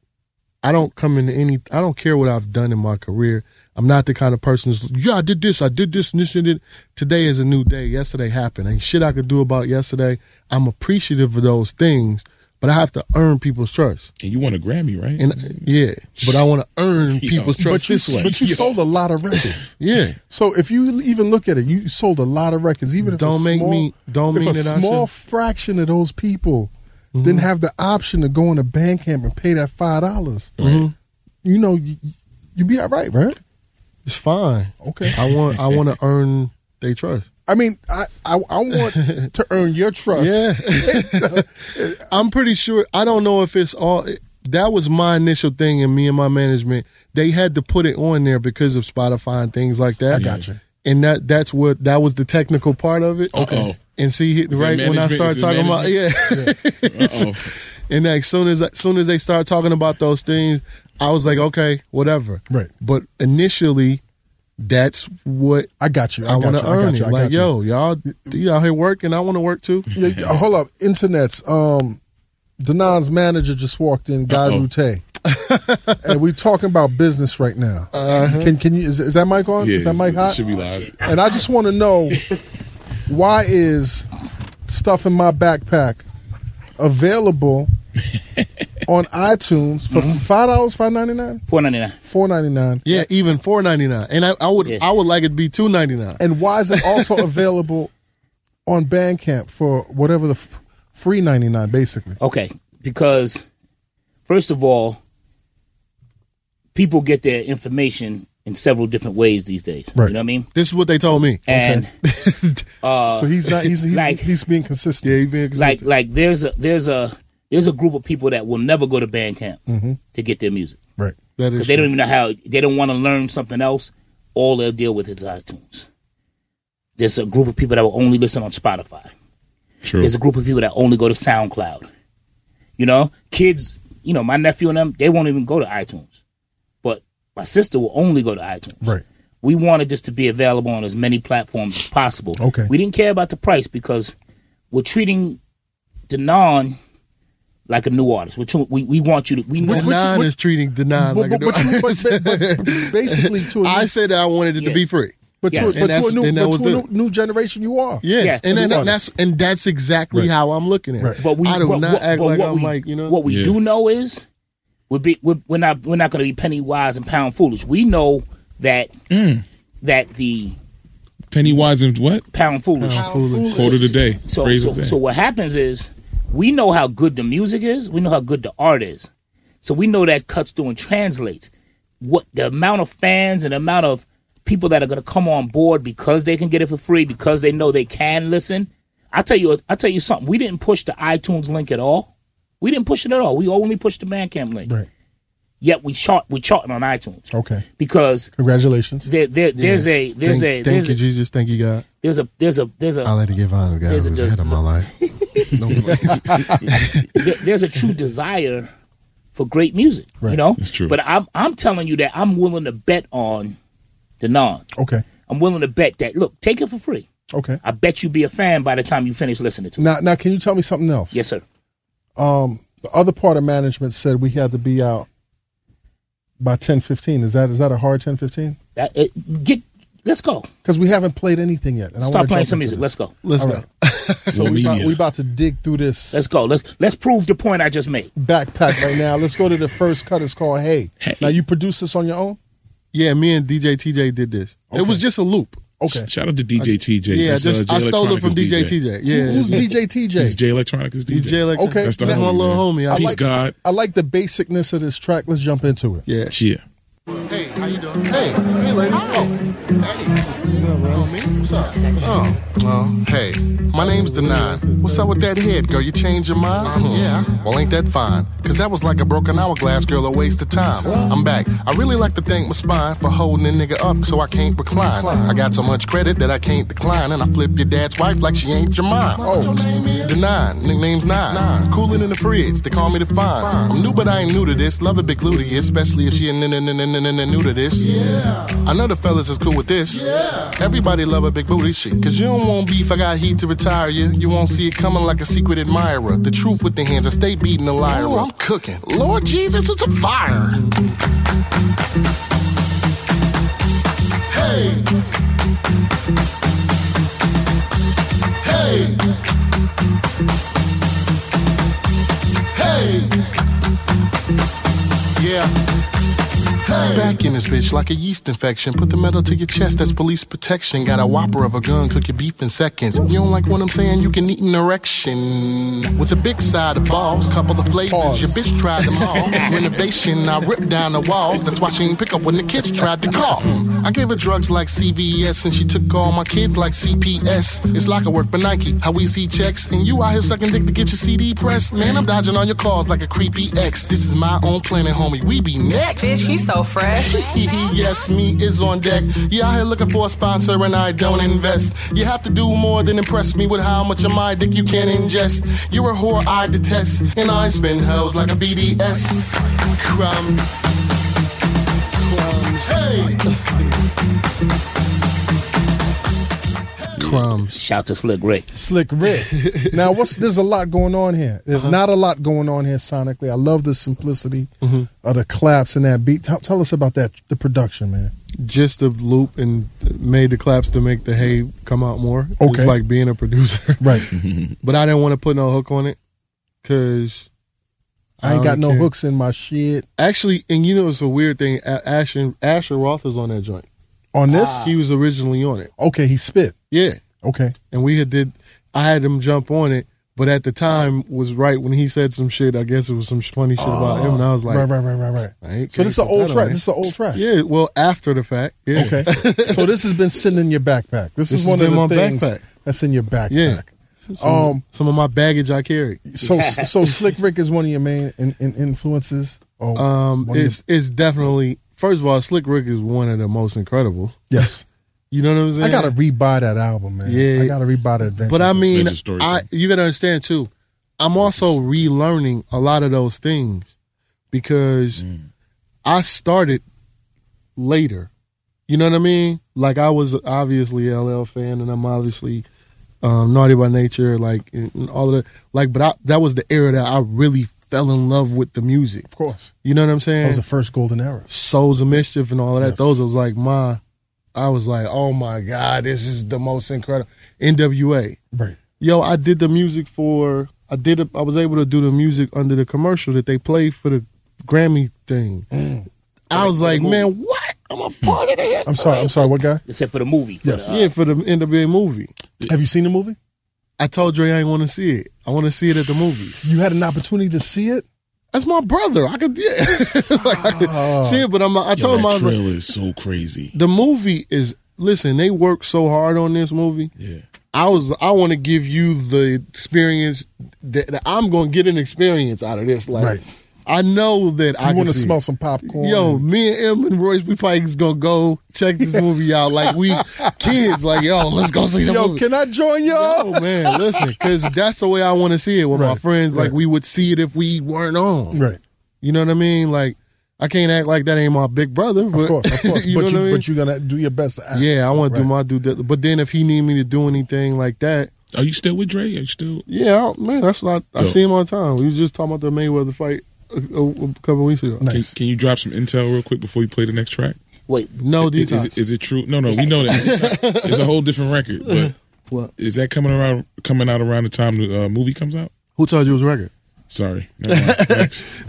D: I don't come into any. I don't care what I've done in my career. I'm not the kind of person that's yeah. I did this. I did this. And this and it. Today is a new day. Yesterday happened. Ain't shit I could do about yesterday. I'm appreciative of those things, but I have to earn people's trust.
C: And you want a Grammy, right?
D: And yeah, but I want to earn
C: Yo,
D: people's trust
A: But you,
D: this way.
A: but you
C: Yo.
A: sold a lot of records.
D: yeah.
A: So if you even look at it, you sold a lot of records. Even if
D: Don't
A: a
D: make
A: small,
D: me- don't
A: if
D: mean
A: a
D: that I Mm-hmm.
A: small
D: should-
A: fraction of those people didn't have the option to go into Bandcamp and pay that five dollars, you know, you, you be all right, right?
D: It's fine.
A: Okay.
D: I want I want to earn their trust.
A: I mean, I, I, I want to earn your trust.
D: Yeah. I'm pretty sure. I don't know if it's all. That was my initial thing, and me and my management, they had to put it on there because of Spotify and things like that.
A: I gotcha.
D: And that that's what that was the technical part of it.
C: Uh-oh.
D: And see, he-
C: it
D: right when I
C: management?
D: start
C: Is it
D: talking about yeah,
C: Uh-oh.
D: and as soon as as soon as they start talking about those things, I was like, okay, whatever.
A: Right.
D: But initially, that's what
A: I got you. I,
D: I,
A: got
D: want
A: you.
D: to
A: I
D: earn
A: got you.
D: it.
A: I
D: Like,
A: got you.
D: yo, y'all, you out here working. I want to work too.
A: Yeah, yeah, hold up, internets. Um, Danon's manager just walked in, Guy
C: Uh-oh.
A: Rute, and we talking about business right now. Can can you is, is that mic
C: Uh-huh.
A: on?
C: Yeah,
A: is that mic
C: it's-
A: hot?
C: it should be live.
A: And I just want to know why is stuff in my backpack available on iTunes for
C: Mm-hmm.
A: five dollars, five ninety nine,
E: Four ninety nine.
A: four ninety nine,
D: Yeah, even four ninety nine, and I, I would
E: Yeah.
D: I would like it to be two ninety nine.
A: and why is it also available on Bandcamp for whatever the f- free ninety nine, basically?
E: Okay, because first of all, people get their information in several different ways these days.
A: Right.
E: You know what I mean?
D: This is what they told me.
E: And
A: so he's not. He's he's,
E: Uh, Like-
A: he's being consistent.
D: yeah, you being
E: like
D: consistent.
E: like there's a there's a there's a group of people that will never go to Bandcamp to get their music
A: Right.
D: Mm-hmm. that is
E: because they
D: true.
E: don't even know how they don't want to learn something else. All they'll deal with is iTunes. There's a group of people that will only listen on Spotify.
C: True.
E: There's a group of people that only go to SoundCloud. You know, kids, you know, my nephew and them, they won't even go to iTunes. But my sister will only go to iTunes.
A: Right.
E: We wanted just to be available on as many platforms as possible.
A: Okay.
E: We didn't care about the price because we're treating Denon like a new artist. We're tr- we, we want you to, we know.
A: Which- which-
D: Nine is treating denied
A: But,
D: like a
A: but, but, you- but, but, but basically to a
D: I
A: new,
D: said that I wanted it
E: Yeah.
D: to be free.
A: but to,
E: yes.
A: a-
D: And
A: but to a
D: that's-
A: new
D: and that
A: but
D: was
A: to a new,
D: the-
A: new generation you are.
D: Yeah,
E: Yeah.
D: and
E: That's
D: then,
A: all.
D: that's and that's exactly how I'm looking at it.
A: Right.
E: But we,
D: I do
E: but-
D: not
E: but-
D: act
E: but
D: like
E: what
D: I'm
E: we,
D: like you know
E: What we
C: Yeah.
E: do know is we're, be, we're we're not we're not going to be penny wise and pound foolish. We know that that the
C: Mm. Penny wise and what?
E: pound foolish.
D: foolish.
C: Quote of the day.
E: So
C: Phrase
E: so,
C: of the day.
E: so what happens is we know how good the music is. We know how good the art is. So we know that cuts through and translates. What the amount of fans and the amount of people that are going to come on board because they can get it for free because they know they can listen. I tell you, I tell you something. We didn't push the iTunes link at all. We didn't push it at all. We only pushed the Bandcamp link.
A: Right.
E: Yet we chart we charting on iTunes
A: Okay.
E: because
A: Congratulations.
E: there, there there's a there's
D: thank,
E: a
D: thank
E: there's
D: you,
E: a,
D: Jesus. Thank you, God.
E: there's a there's a there's a
D: I had to give honor to God
E: There's a
D: who's ahead of my life.
E: there- there's a true desire for great music, you
A: Right.
E: know.
C: That's true.
E: But I'm I'm telling you that I'm willing to bet on the non.
A: Okay.
E: I'm willing to bet that look, take it for free.
A: Okay.
E: I bet you be a fan by the time you finish listening to it.
A: Now now can you tell me something else? Um,
E: Yes, sir.
A: The other part of management said we had to be out by ten fifteen. Is that is that a hard ten fifteen?
E: That, it, get let's go.
A: Because we haven't played anything yet. And I wanna
E: Start playing
A: jump
E: some
A: into
E: music.
A: this.
E: Let's go.
D: Let's go.
A: So we
C: Media.
A: about, we about to dig through this
E: Let's go. Let's let's prove the point I just made.
A: backpack right now. Let's go to the first cut. It's called Hey. Now you produce this on your own.
D: Yeah, me and DJ TJ did this. It was just a loop.
A: Okay.
C: Shout out to DJ TJ.
D: Yeah,
C: That's,
D: just
C: uh,
D: I
C: Jay
D: stole it from
C: Electronica's
D: DJ TJ. Yeah,
A: Who's DJ
C: He's
A: TJ?
C: Jay Electronica's DJ.
D: He's Jay Electro-
A: Okay,
C: That's the
D: that's my
C: homie,
D: little
C: man.
D: homie. I
C: Peace,
D: like-
C: God.
A: I like the basicness of this track. Let's jump into it.
D: Yeah.
C: Cheer.
D: Hey, how you doing? Hey, hey, lady. Oh, hey. You know me? What's up?
B: Uh,
D: Oh, oh, hey. My name's Denon. What's up with that head, girl? You changed your mind?
A: Uh-huh.
D: Yeah. Well, ain't that fine? Cause that was like a broken hourglass, girl, a waste of time. I'm back. I really like to thank my spine for holding a nigga up so I can't recline. I got so much credit that I can't decline, and I flip your dad's wife like she ain't your mom. Oh, Denon, nickname's Nine. Cooling in the fridge, they call me the Fonz. I'm new, but I ain't new to this. Love a big looty, especially if she n- n- n- n- n- n- new to this. Yeah. I know the fellas is cool with this. Yeah. Everybody love a big booty shit. Cause you don't want beef, I got heat to retire you. You won't see it coming like a secret admirer. The truth with the hands, I stay beating the liar. I'm cooking. Lord Jesus, it's a fire. Hey. Hey. Hey. Yeah.
B: Back in this bitch like a yeast infection. Put the metal to your chest, that's police protection. Got a whopper of a gun, cook your beef in seconds. You don't like what I'm saying, you can eat an erection. With a big side of balls, couple of flavors.
A: Pause.
B: Your bitch tried them all. Renovation, I ripped down the walls. That's why she ain't pick up when the kids tried to call. I gave her drugs like CVS, and she took all my kids like CPS. It's like I work for Nike, how we see checks. And you out here sucking dick to get your CD pressed. Man, I'm dodging all your calls like a creepy ex. This is my own planet, homie. We be next.
F: Bitch, he's so fresh.
B: yes, me is on deck. You out here looking for a sponsor and I don't invest. You have to do more than impress me with how much of my dick you can ingest. You're a whore I detest, and I spin hells like a BDS. Crumbs. Crumbs. Hey!
D: Crumbs.
E: Shout to Slick Rick.
A: Slick Rick. now, what's there's a lot going on here.
D: Uh-huh.
A: There's not a lot going on here sonically. I love the simplicity
D: Mm-hmm.
A: of the claps and that beat. Tell, tell us about that the production, man.
D: just the loop and made the claps to make the hay come out more.
A: Okay.
D: It's like being a producer.
A: Right.
D: but I didn't want to put no hook on it because
A: I ain't got no
D: Okay.
A: hooks in my shit
D: actually, and you know, it's a weird thing. A- Asher, Asher Roth is on that joint.
A: on this.
D: He was originally on it.
A: Okay, he spit.
D: Yeah.
A: Okay.
D: And we had did, I had him jump on it. But at the time was right when he said some shit. I guess it was some sh- funny shit about him, and I was like,
A: right, right, right, right, right.
D: I ain't
A: So this is an
D: can't put that
A: old
D: on
A: track.
D: it.
A: This is an old track.
D: Yeah, well, after the fact. Yeah.
A: Okay. so this has been sitting in your backpack. This,
D: This
A: is
D: has
A: one of
D: been
A: the
D: my
A: things
D: backpack.
A: that's in your backpack.
D: Yeah.
A: Um,
D: Some of my baggage I carry.
A: So so Slick Rick is one of your main in, in influences. Oh,
D: Um,
A: one of your-
D: it's it's definitely first of all, Slick Rick is one of the most incredible.
A: yes.
D: You know what I'm saying?
A: I gotta rebuy that album, man.
D: Yeah.
A: I gotta rebuy that adventure.
D: but I mean,
C: Major story
D: I
C: time.
D: you gotta understand too. I'm also relearning a lot of those things because
C: Mm.
D: I started later. You know what I mean? Like I was obviously a LL fan, and I'm obviously um, Naughty by Nature, like and and all of that. Like, but I, that was the era that I really fell in love with the music.
A: of course.
D: You know what I'm saying?
A: That was the first golden era.
D: Souls of Mischief and all of that.
A: Yes.
D: Those was like my, I was like, oh my god, this is the most incredible NWA.
A: Right.
D: Yo, I did the music for, I did, I was able to do the music under the commercial that they played for the Grammy thing. I was like, man, what? I'm a part of this.
A: Mm. I'm sorry, I'm sorry, what guy?
E: Except for the movie. for
A: Yes.
E: the, uh,
D: Yeah, for the NWA movie.
A: Have you seen the movie?
D: I told Dre I ain't want to see it. I want to see it at the movies.
A: You had an opportunity to see it?
D: That's my brother. I could, yeah, like, I could see it, but I'm. Not, I
C: Yo,
D: told him I
C: that
D: was like,
C: trailer is so crazy.
D: the movie is. Listen, they worked so hard on this movie.
C: Yeah.
D: I was I want to give you the experience that, that I'm going to get an experience out of this. Like
A: Right.
D: I know that I
A: I want
D: want
A: to smell some popcorn.
D: Yo,
A: and-
D: me and M and Royce, we probably just gonna go check this movie out like we kids. Like yo, let's go see the
A: yo,
D: movie.
A: can I join y'all?
D: oh man, listen, because that's the way I want to see it with my
A: Right,
D: friends. Like
A: right.
D: we would see it if we weren't on.
A: Right.
D: You know what I mean? Like I can't act like that ain't my big brother. But,
A: Of course, of course.
D: you know
A: but
D: what
A: you
D: I mean?
A: but you're gonna do your best to act.
D: yeah, I want to do
A: Right.
D: my due dil- But then if he need me to do anything like that,
C: Are you still with Dre? Are you still?
D: Yeah, I, man, that's not. I
C: Dope.
D: see him all the time. We was just talking about the Mayweather fight a, a, a couple weeks ago.
C: Can,
A: Nice.
C: can you drop some intel real quick before you play the next track?
E: Wait,
D: No
C: Is,
D: detox.
C: is it, is it true? No, no, we know that. it's a whole different record. But
D: What?
C: is that coming around? Coming out around the time the uh, movie comes out?
D: Who told you it was a record?
C: Sorry. Never mind. Next.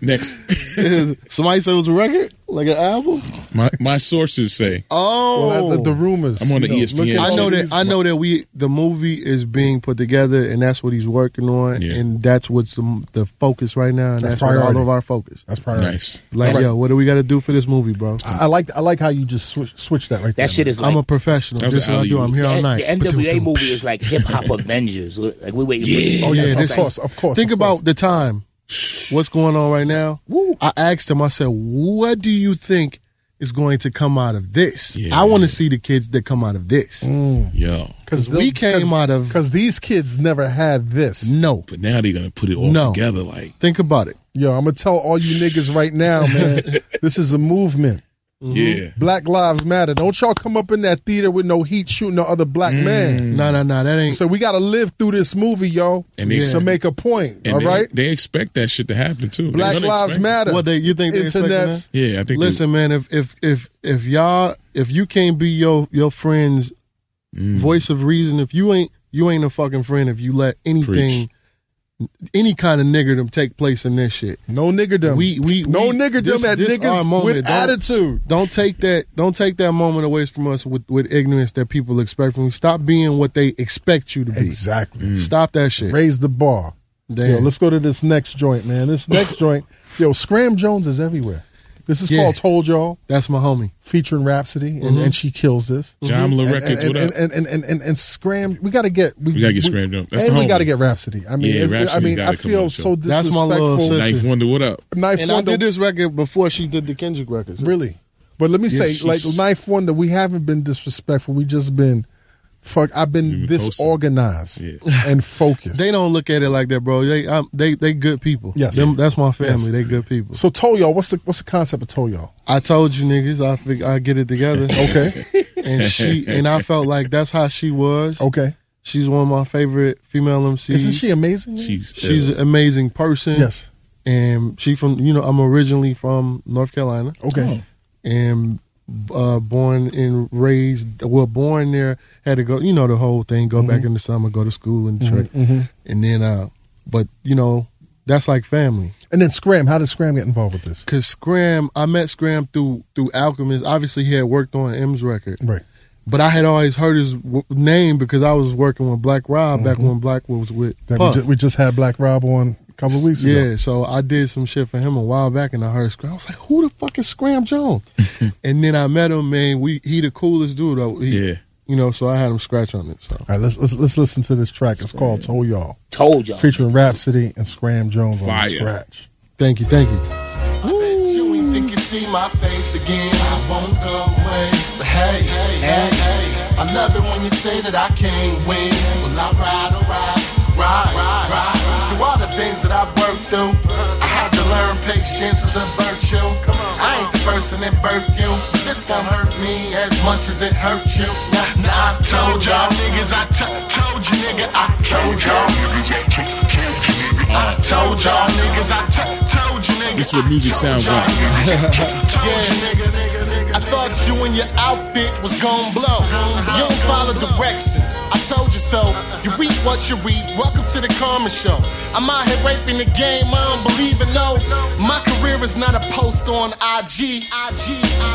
C: Next.
D: Is- Somebody said it was a record, like an album.
C: My my sources say
D: Oh,
A: Well, the, the rumors.
C: I'm on the E
A: you know, look
C: ESPN.
A: at
D: I
A: all
D: know that.
A: these-
D: I know that we the movie is being put together, and that's what he's working on,
C: Yeah.
D: and that's what's the, the focus right now, and
A: That's
D: that's, where all
A: priority.
D: of our focus.
A: That's probably right.
C: nice.
D: Like, yo, what do we got to do for this movie, bro?
A: I, I like I like how you just switch switch that right there.
E: that shit is like
D: I'm a professional.
C: That was
D: This is
C: an
D: what I do. I'm here
E: the,
D: all night.
E: the NWA movie is like hip hop Avengers. Like we waiting.
A: Oh yeah,
D: Yeah,
A: of
D: this-
A: course, of course.
D: Think
A: of course.
D: about the time. What's going on right now?
E: Woo.
D: I asked him. I said, "What do you think is going to come out of this?
C: Yeah.
D: I want to see the kids that come out of this.
A: Mm.
C: Yo.
A: because
D: we came out of-
A: because these kids never had this.
D: No,
C: But now they're gonna put it all
D: No.
C: together. Like
D: think about it.
A: Yo, I'm gonna tell all you niggas right now, man. this is a movement.
D: Mm-hmm.
C: yeah.
A: Black Lives Matter. Don't y'all come up in that theater with no heat shooting no other black
C: Mm.
A: man.
D: No, no, no. That ain't.
A: So we gotta live through this movie, yo,
C: And they-
A: to make a point.
C: And
A: all
C: they,
A: right,
C: They expect that shit to happen too. They're
A: Black
C: gonna
A: Lives
C: expect it.
A: Matter.
D: What they? You think they expecting
A: Internet.
D: that?
C: Yeah, I think. they-
D: Listen, man. If if if if y'all if you can't be your your friend's voice of reason, if you ain't you ain't a fucking friend if you let anything
C: Preach.
D: any kind of niggerdom take place in this shit.
A: No niggerdom.
D: We we
A: no
D: we,
A: niggerdom
D: this-
A: at
D: this our
A: niggas
D: moment.
A: with
D: Don't-
A: attitude.
D: Don't take that. Don't take that moment away from us with, with ignorance that people expect from you. Stop being what they expect you to be.
A: Exactly.
D: Stop that shit.
A: Raise the bar.
D: Damn.
A: Yo, let's go to this next joint, man. This next joint, yo, Scram Jones is everywhere. This is
D: Yeah.
A: called Told Y'all,
D: That's my homie. Mm-hmm.
A: featuring Rhapsody, and, and she kills this. Mm-hmm.
C: Jamla
A: And,
C: Records,
A: and,
C: what up?
A: and, and, and, and, and, Scram, we gotta get we,
C: We gotta get Scram Jones. That's
A: and
C: the
A: we
C: homie.
A: gotta get Rhapsody. I mean,
C: Yeah,
A: it's- I
C: Rhapsody
A: mean, I
C: gotta come
A: feel
C: on,
A: so
C: so.
D: That's my
A: disrespectful.
D: little sister.
C: Knife Wonder, what up?
A: Knife
D: And I
A: Wonder-
D: did this record before she did the Kendrick records.
A: Really? But let me
C: Yeah,
A: say, like
C: she's-
A: Knife Wonder, we haven't been disrespectful. We just been fuck. I've been,
C: You've been
A: disorganized
C: coasting.
A: and focused.
D: They don't look at it like that, bro. They um, they they good people.
A: Yes.
D: Them, that's my family.
A: Yes.
D: They good people.
A: so told y'all, what's the what's the concept of told y'all?
D: I told you niggas, I fig- I get it together.
A: Okay,
D: and she and I felt like that's how she was.
A: okay.
D: She's one of my favorite female MCs.
A: Isn't she amazing? man?
C: She's
D: She's an amazing person.
A: yes.
D: and she from you know I'm originally from North Carolina Oh.
A: Okay.
D: and uh, born and raised well born there had to go you know the whole thing go
A: Mm-hmm.
D: back in the summer go to school and trick and then uh but you know that's like family
A: And then Scram. How did Scram get involved with this?
D: because Scram I met Scram through through Alchemist obviously he had worked on M's record
A: Right.
D: but I had always heard his w- name because I was working with Black Rob back when Black was with
A: Mm-hmm. That we,
D: Puff.
A: just, we just had Black Rob on a couple of weeks ago.
D: Yeah, so I did some shit for him a while back, and I heard Scram. I was like, "Who the fuck is Scram Jones?" and then I met him, man. We he the coolest dude. Though. He-
C: Yeah.
D: you know. So I had him scratch on it. So
A: All right. Let's let's, let's listen to this track. It's called Told Y'all,
E: Told y'all.
A: featuring Rhapsody and Scram Jones on
C: Fire.
A: the scratch.
D: thank you, thank you.
B: I bet you ain't think you see my face again. I won't go away. But hey, hey, hey, hey. I love it when you say that I can't win. Well, I ride, I ride, ride, ride, ride. Through all the things that I've worked through, I had to learn patience was a virtue. Come on, I ain't the person that birthed you. This won't hurt me as much as it hurt you. Now, now I told y'all niggas, I to- told you nigga, I told y'all. I told y'all niggas, I to- told you niggas.
C: This is what music sounds like.
B: Yeah. I thought you and your outfit was gon' blow. You don't follow directions. I told you so. You reap what you reap. Welcome to the Karma Show. I'm out here raping the game. I don't believe in no. My career is not a post on IG.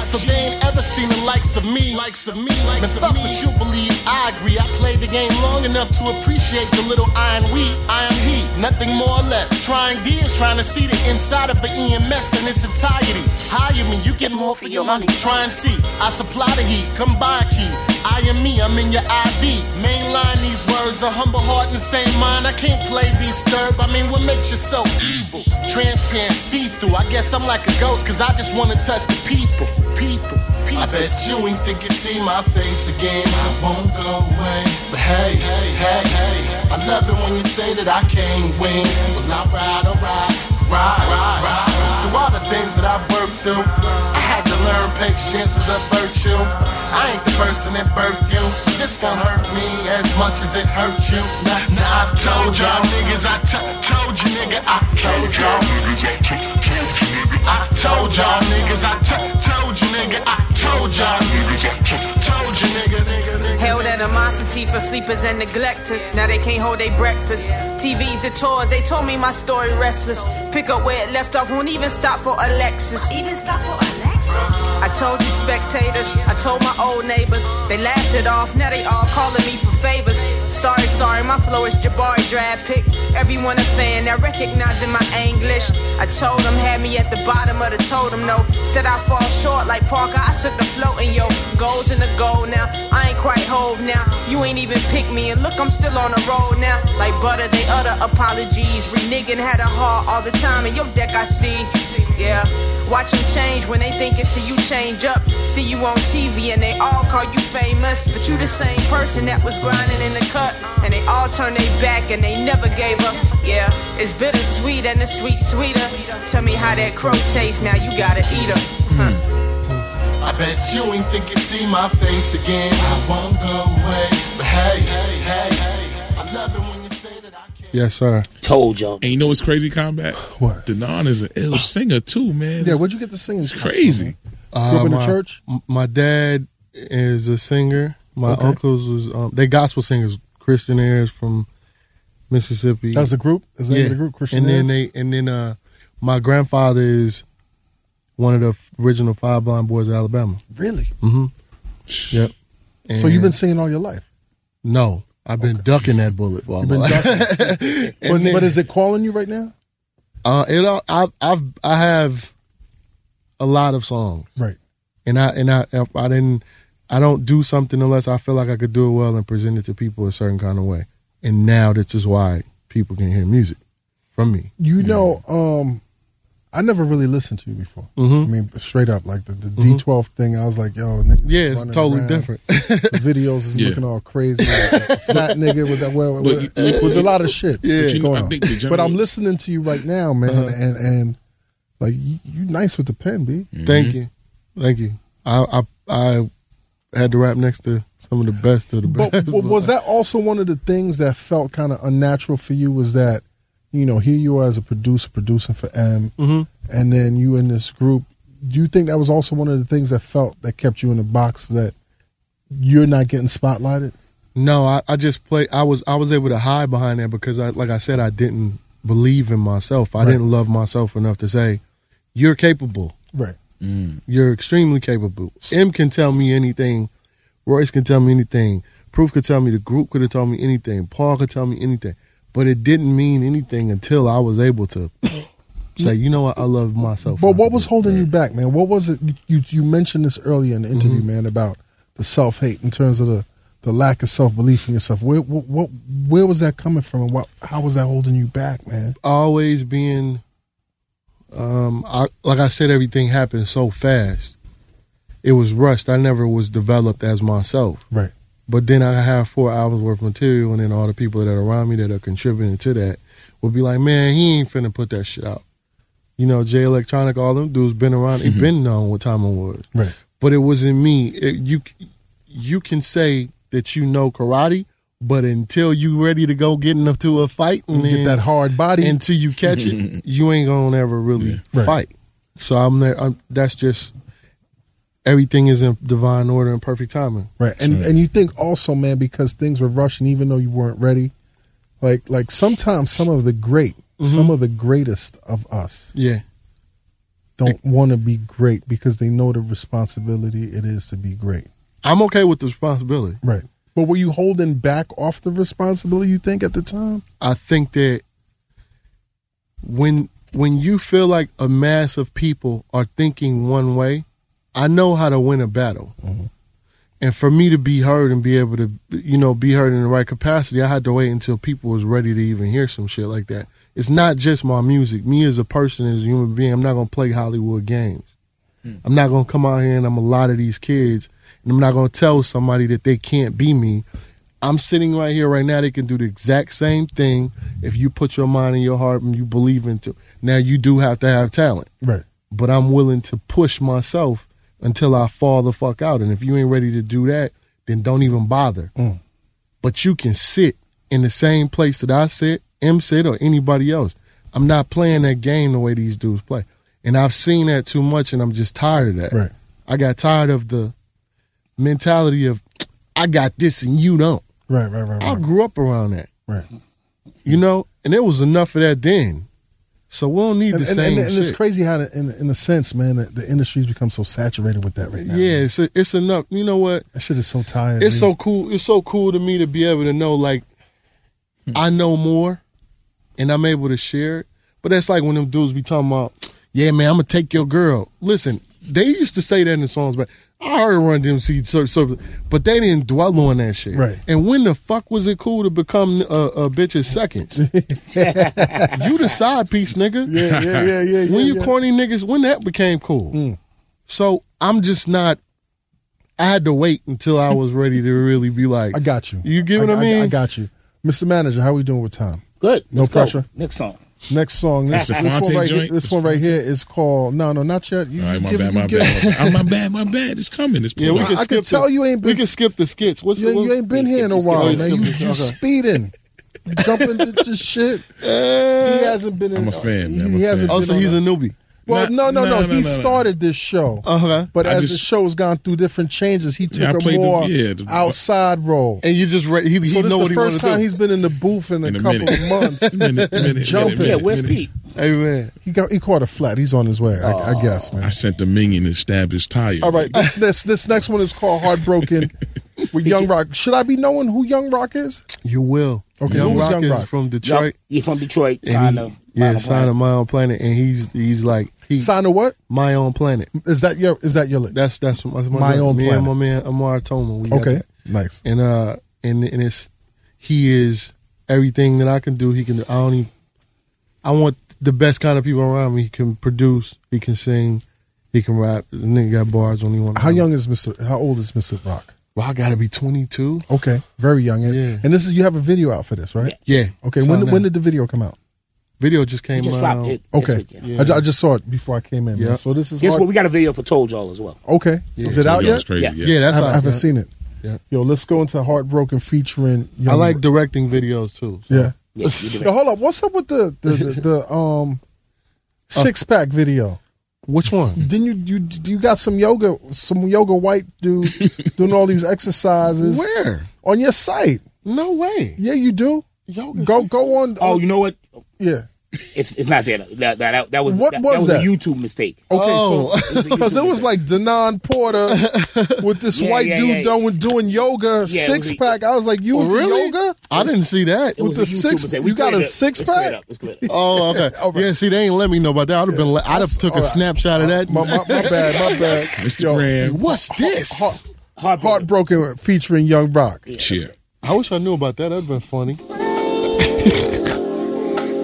B: So they ain't ever seen the likes of me. Likes of me. Man, fuck what you believe. I agree. I played the game long enough to appreciate the little iron we. I am he. Nothing more or less. Trying D is trying to see the inside of an EMS in its entirety. Hire me, you get more for your money. Try and see. I supply the heat. Come buy a key. I am me, I'm in your IV. Mainline these words, a humble heart and the same mind. I can't play these stirb. I mean, what makes you so evil? Transparent, see through. I guess I'm like a ghost, cause I just wanna touch the people. People. people. I bet you ain't think you see my face again. I won't go away. But hey, hey, hey, hey. I love it when you say that I can't win. Well, I ride, I ride, ride, ride, ride. Through all the things that I've worked through, I had to learn patience was a virtue. I ain't the person that birthed you. This won't hurt me as much as it hurt you. Now, now I told y'all niggas, I to- told you nigga, I told y'all. I told y'all niggas, I to- told you nigga, I told y'all niggas, I to- told you nigga, nigga, nigga.
F: Held animosity for sleepers and neglecters. Now they can't hold their breakfast. TV's the chores. They told me my story restless. Pick up where it left off. Won't even stop for Alexis.
G: Even stop for Alexis.
F: I told you spectators. I told my old neighbors. They laughed it off. Now they all calling me for favors. Sorry, sorry. My flow is Jabari drag pick. Everyone a fan. Now recognizing my English. I told them had me at the bottom of the totem. No, said I fall short like Parker. I took the float and yo goals in the goal now. I ain't quite hove now. You ain't even pick me, and look, I'm still on the road now. Like butter, they utter apologies. Reneging had a heart all the time, and your deck I see. Yeah, watch them change when they think see you change up. See you on TV, and they all call you famous. But you the same person that was grinding in the cut, and they all turn their back and they never gave up. Yeah, it's bittersweet and the sweet sweeter. Tell me how that crow tastes now, you gotta eat 'em.
B: I bet you ain't think you see my face again. I won't go away. But hey, hey, hey, hey. I love it when you say that I can't.
D: Yes, sir.
E: Told y'all.
C: And you know what's crazy, Combat?
A: What?
C: Denon is an ill singer too, man.
A: Yeah, where'd you get the singing?
C: It's crazy.
D: Uh,
A: Grew up in the
D: my-
A: church?
D: m- My dad is a singer. My uncles was um, they gospel singers, Christian Ayers from Mississippi.
A: That's the group. That's the name of the group. Christian
D: and then
A: is?
D: they and then uh, my grandfather is one of the f- original five blind boys of Alabama. Mm-hmm.
A: really.
D: Yep.
A: so you've been singing all your life.
D: no, I've been ducking that bullet. For all my life.
A: But, but is it calling you right now?
D: Uh, it all, I've, I've I have a lot of songs,
A: Right.
D: and I and I if I didn't I don't do something unless I feel like I could do it well and present it to people a certain kind of way. And now this is why people can hear music from me.
A: You know, um, I never really listened to you before. I mean, Mm-hmm. straight up, like the, the D12 thing. I was like, yo, niggas
D: Mm-hmm. Yeah, it's
A: running
D: totally
A: around.
D: different.
A: The videos is
C: Yeah.
A: looking all crazy. Like a fat nigga with that. Well,
C: But
A: it
C: you-
A: was a lot of shit.
C: Yeah. But you know,
A: going
C: I
A: on.
C: think the
A: but
C: general- Uh-huh.
A: I'm listening to you right now, man, and and like you, you nice with the pen, b.
C: Mm-hmm.
D: Thank you, thank you. I, I I had to rap next to some of the best of the
A: But
D: best.
A: w- was that also one of the things that felt kind of unnatural for you? Was that you know here you are as a producer producing for M,
D: Mm-hmm.
A: and then you in this group. Do you think that was also one of the things that felt that kept you in the box that you're not getting spotlighted?
D: No, I, I just play. I was I was able to hide behind that because I like I said I didn't believe in myself. I didn't love myself enough to say you're capable.
A: Right.
D: You're extremely capable. M can tell me anything. Royce can tell me anything. Proof could tell me. The group could have told me anything. Paul could tell me anything. But it didn't mean anything until I was able to say, you know what, I love myself.
A: But what was holding you back, man? What was it? You you, you mentioned this earlier in the interview, man, about the self hate in terms of the the lack of self belief in yourself. Where what, what where was that coming from, and what how was that holding you back, man?
D: always being um I, like I said everything happened so fast. It was rushed. I never was developed as myself.
A: Right.
D: But then I have four hours worth of material and then all the people that are around me that are contributing to that will be like, Man, he ain't finna put that shit out. You know, Jay Electronic, all them dudes been around, they been known what time it was.
A: Mm-hmm. Right.
D: But it wasn't me. It, you you can say that you know karate, but until you ready to go get into a fight and
A: Get
D: then-
A: that hard body.
D: until you catch it, you ain't gonna ever really
A: Right.
D: fight. So I'm there. I'm, that's just everything is in divine order and perfect timing.
A: Right. And and you think also, man, because things were rushing even though you weren't ready. Like like sometimes some of the great, some of the greatest of us
D: Yeah,
A: don't want to be great because they know the responsibility it is to be great.
D: I'm okay with the responsibility.
A: Right. But were you holding back off the responsibility you think at the time?
D: I think that when when you feel like a mass of people are thinking one way, I know how to win a battle. And for me to be heard and be able to, you know, be heard in the right capacity, I had to wait until people was ready to even hear some shit like that. It's not just my music. Me as a person, as a human being, I'm not gonna play Hollywood games. I'm not gonna come out here and I'm a lot of these kids, and I'm not gonna tell somebody that they can't be me. I'm sitting right here right now. They can do the exact same thing if you put your mind and your heart and you believe into. Now you do have to have talent,
A: Right.
D: but I'm willing to push myself until I fall the fuck out. And if you ain't ready to do that, then don't even bother. But you can sit in the same place that I sit, M sit, or anybody else. I'm not playing that game the way these dudes play. And I've seen that too much, and I'm just tired of that.
A: Right.
D: I got tired of the mentality of I got this and you don't.
A: Right, right, right,
D: I
A: right.
D: grew up around that,
A: right.
D: you know, and it was enough of that then. So we don't need
A: And,
D: the
A: and,
D: same
A: and, and
D: shit.
A: it's crazy how, the, in, in a sense, man, the, the industry's become so saturated with that right now.
D: yeah, it's, it's enough. You know what?
A: That shit is so tired.
D: It's
A: man.
D: so cool. It's so cool to me to be able to know, like, I know more, and I'm able to share it. But that's like when them dudes be talking about, yeah, man, I'm gonna take your girl. Listen, they used to say that in the songs, but I heard Run DMC, so, so, but they didn't dwell on that shit.
A: Right.
D: And when the fuck was it cool to become a, a bitch's seconds? you the side piece, nigga.
A: Yeah, yeah, yeah, yeah. yeah
D: when you
A: yeah. Mm.
D: corny niggas, when that became cool. So I'm just not. I had to wait until I was ready to really be like,
A: I got you.
D: You get what I mean?
A: I got you, Mr. Manager. How we doing with time?
E: Good.
A: No
E: Let's go.
A: pressure.
E: Next song.
A: Next song.
E: That's
A: This, this
E: the
A: one
C: Fonte
A: right,
C: joint?
A: Here, this
C: That's
A: one right here is called. No, no, not yet. You,
C: All right,
A: you
C: my
A: give-
C: bad,
A: you
C: my
A: give-
C: bad. I'm my bad, my bad. It's coming. It's
D: Yeah, we can
A: I
D: skip.
A: can tell
D: the-
A: you ain't
D: We
A: been
D: can
A: s-
D: skip the skits. What's
A: You,
D: the,
A: you ain't been here in a
D: skip,
A: while,
D: skip,
A: man. You, you
D: skip, skip. Okay.
A: speeding, you jumping into shit. He hasn't been. In,
D: Eh.
C: I'm a fan, man. I'm
A: He
C: a
A: hasn't.
C: fan.
D: Oh, so
A: been
D: he's a
A: on
D: newbie.
A: Well,
C: Nah,
A: no, no, no,
C: nah, nah,
A: He
C: nah, nah.
A: started this show,
D: Uh-huh.
A: but
C: I
A: as the
C: just-
A: show's gone through different changes, he took
C: Yeah, I
A: a
C: played the-
A: more
C: yeah, the-
A: outside role.
D: And you just re- he, he
A: so this
D: know
A: is
D: what
A: the
D: he
A: first
D: wanna
A: time
D: do.
A: he's been in the booth in a
C: In a
A: couple
C: minute.
A: of months.
C: minute, minute,
A: Jumping.
C: minute,
E: Yeah,
C: minute,
E: where's
C: minute.
E: Pete?
D: Amen.
A: He got he caught a flat. He's on his way, I, I guess, man.
C: I sent the minion to stab his tire.
A: All right, this this this next one is called Heartbroken with Young Rock. Should I be knowing who Young Rock is?
D: You will.
A: Okay,
D: Young
A: who's
D: Rock
A: Young
D: is
A: Rock?
D: from
E: Yup,
D: Detroit.
E: He from Detroit.
D: and
E: Sign
D: he-
E: of
D: yeah,
E: Minor
D: sign
E: Planet.
D: of my own planet, and he's he's like he
A: Sign of what?
D: my own planet.
A: Is that your is that your list?
D: That's that's my, my,
A: My Own
D: me and my
A: Planet.
D: man Amar Toma. We got
A: Okay,
D: that.
A: nice.
D: and uh and and it's he is everything that I can do. He can. I don't. Even, I want the best kind of people around me. He can produce. He can sing. He can rap. The nigga got bars on. He want.
A: How young is Mr. How old is Mr. Rock?
D: Well, I gotta be twenty two.
A: Okay, very young. And,
D: Yeah.
A: and this is you have a video out for this, right?
D: Yeah.
A: Okay,
D: It's
A: when
D: out
A: did, when
D: now.
A: did the video come out?
D: video just came
E: He just
D: out?
E: dropped it. This
A: Okay,
E: weekend.
A: I, ju- I just saw it before I came in. man.
D: Yeah.
A: So this is
E: Guess
A: hard-
E: what? We got a video for Told Y'all as well.
A: okay. Is it out
C: Yo,
A: yet?
C: it's crazy.
E: Yeah.
C: Yeah.
D: Yeah,
A: I
D: that's
A: haven't,
D: how
A: I haven't seen it.
D: Yeah.
A: Yo, let's go into Heartbroken featuring. Young
D: I like
A: Rock.
D: directing videos too. So.
A: Yeah.
E: Yeah, you do
A: Yo,
E: that.
A: hold up. What's up with the the, the, the um six pack video?
D: Uh, Which one?
A: Didn't you you you got some yoga some yoga white dude doing all these exercises
D: Where?
A: on your site?
D: No way.
A: Yeah, you do.
D: Yoga.
A: Go go on. uh,
E: oh, you know what?
A: yeah.
E: It's it's not that. That that, that was
A: What
E: that,
A: was
E: was
A: that?
E: a YouTube mistake.
A: Okay,
D: Oh.
A: so because it was like Denon Porter with this
E: Yeah,
A: white
E: yeah,
A: dude
E: yeah.
A: doing doing yoga
E: was
A: six
E: a-
A: pack. I was like, you was
D: really?
A: yoga?
D: I didn't see that.
E: It was
A: the
E: a YouTube
A: six-
E: mistake. We
A: you got
E: cleared
A: a
E: it up.
A: six
E: It's cleared
A: pack?
E: up. It's cleared up.
D: Oh, okay. Yeah, see, they ain't let me know about that. I'd have been. Like, I'd have took a
A: all right.
D: snapshot of that.
A: My, my, my bad, my bad.
C: Instagram.
D: What's this?
E: Heartbroken.
A: Heartbroken featuring Young Rock.
C: Shit.
D: I wish I knew about that. That'd been funny.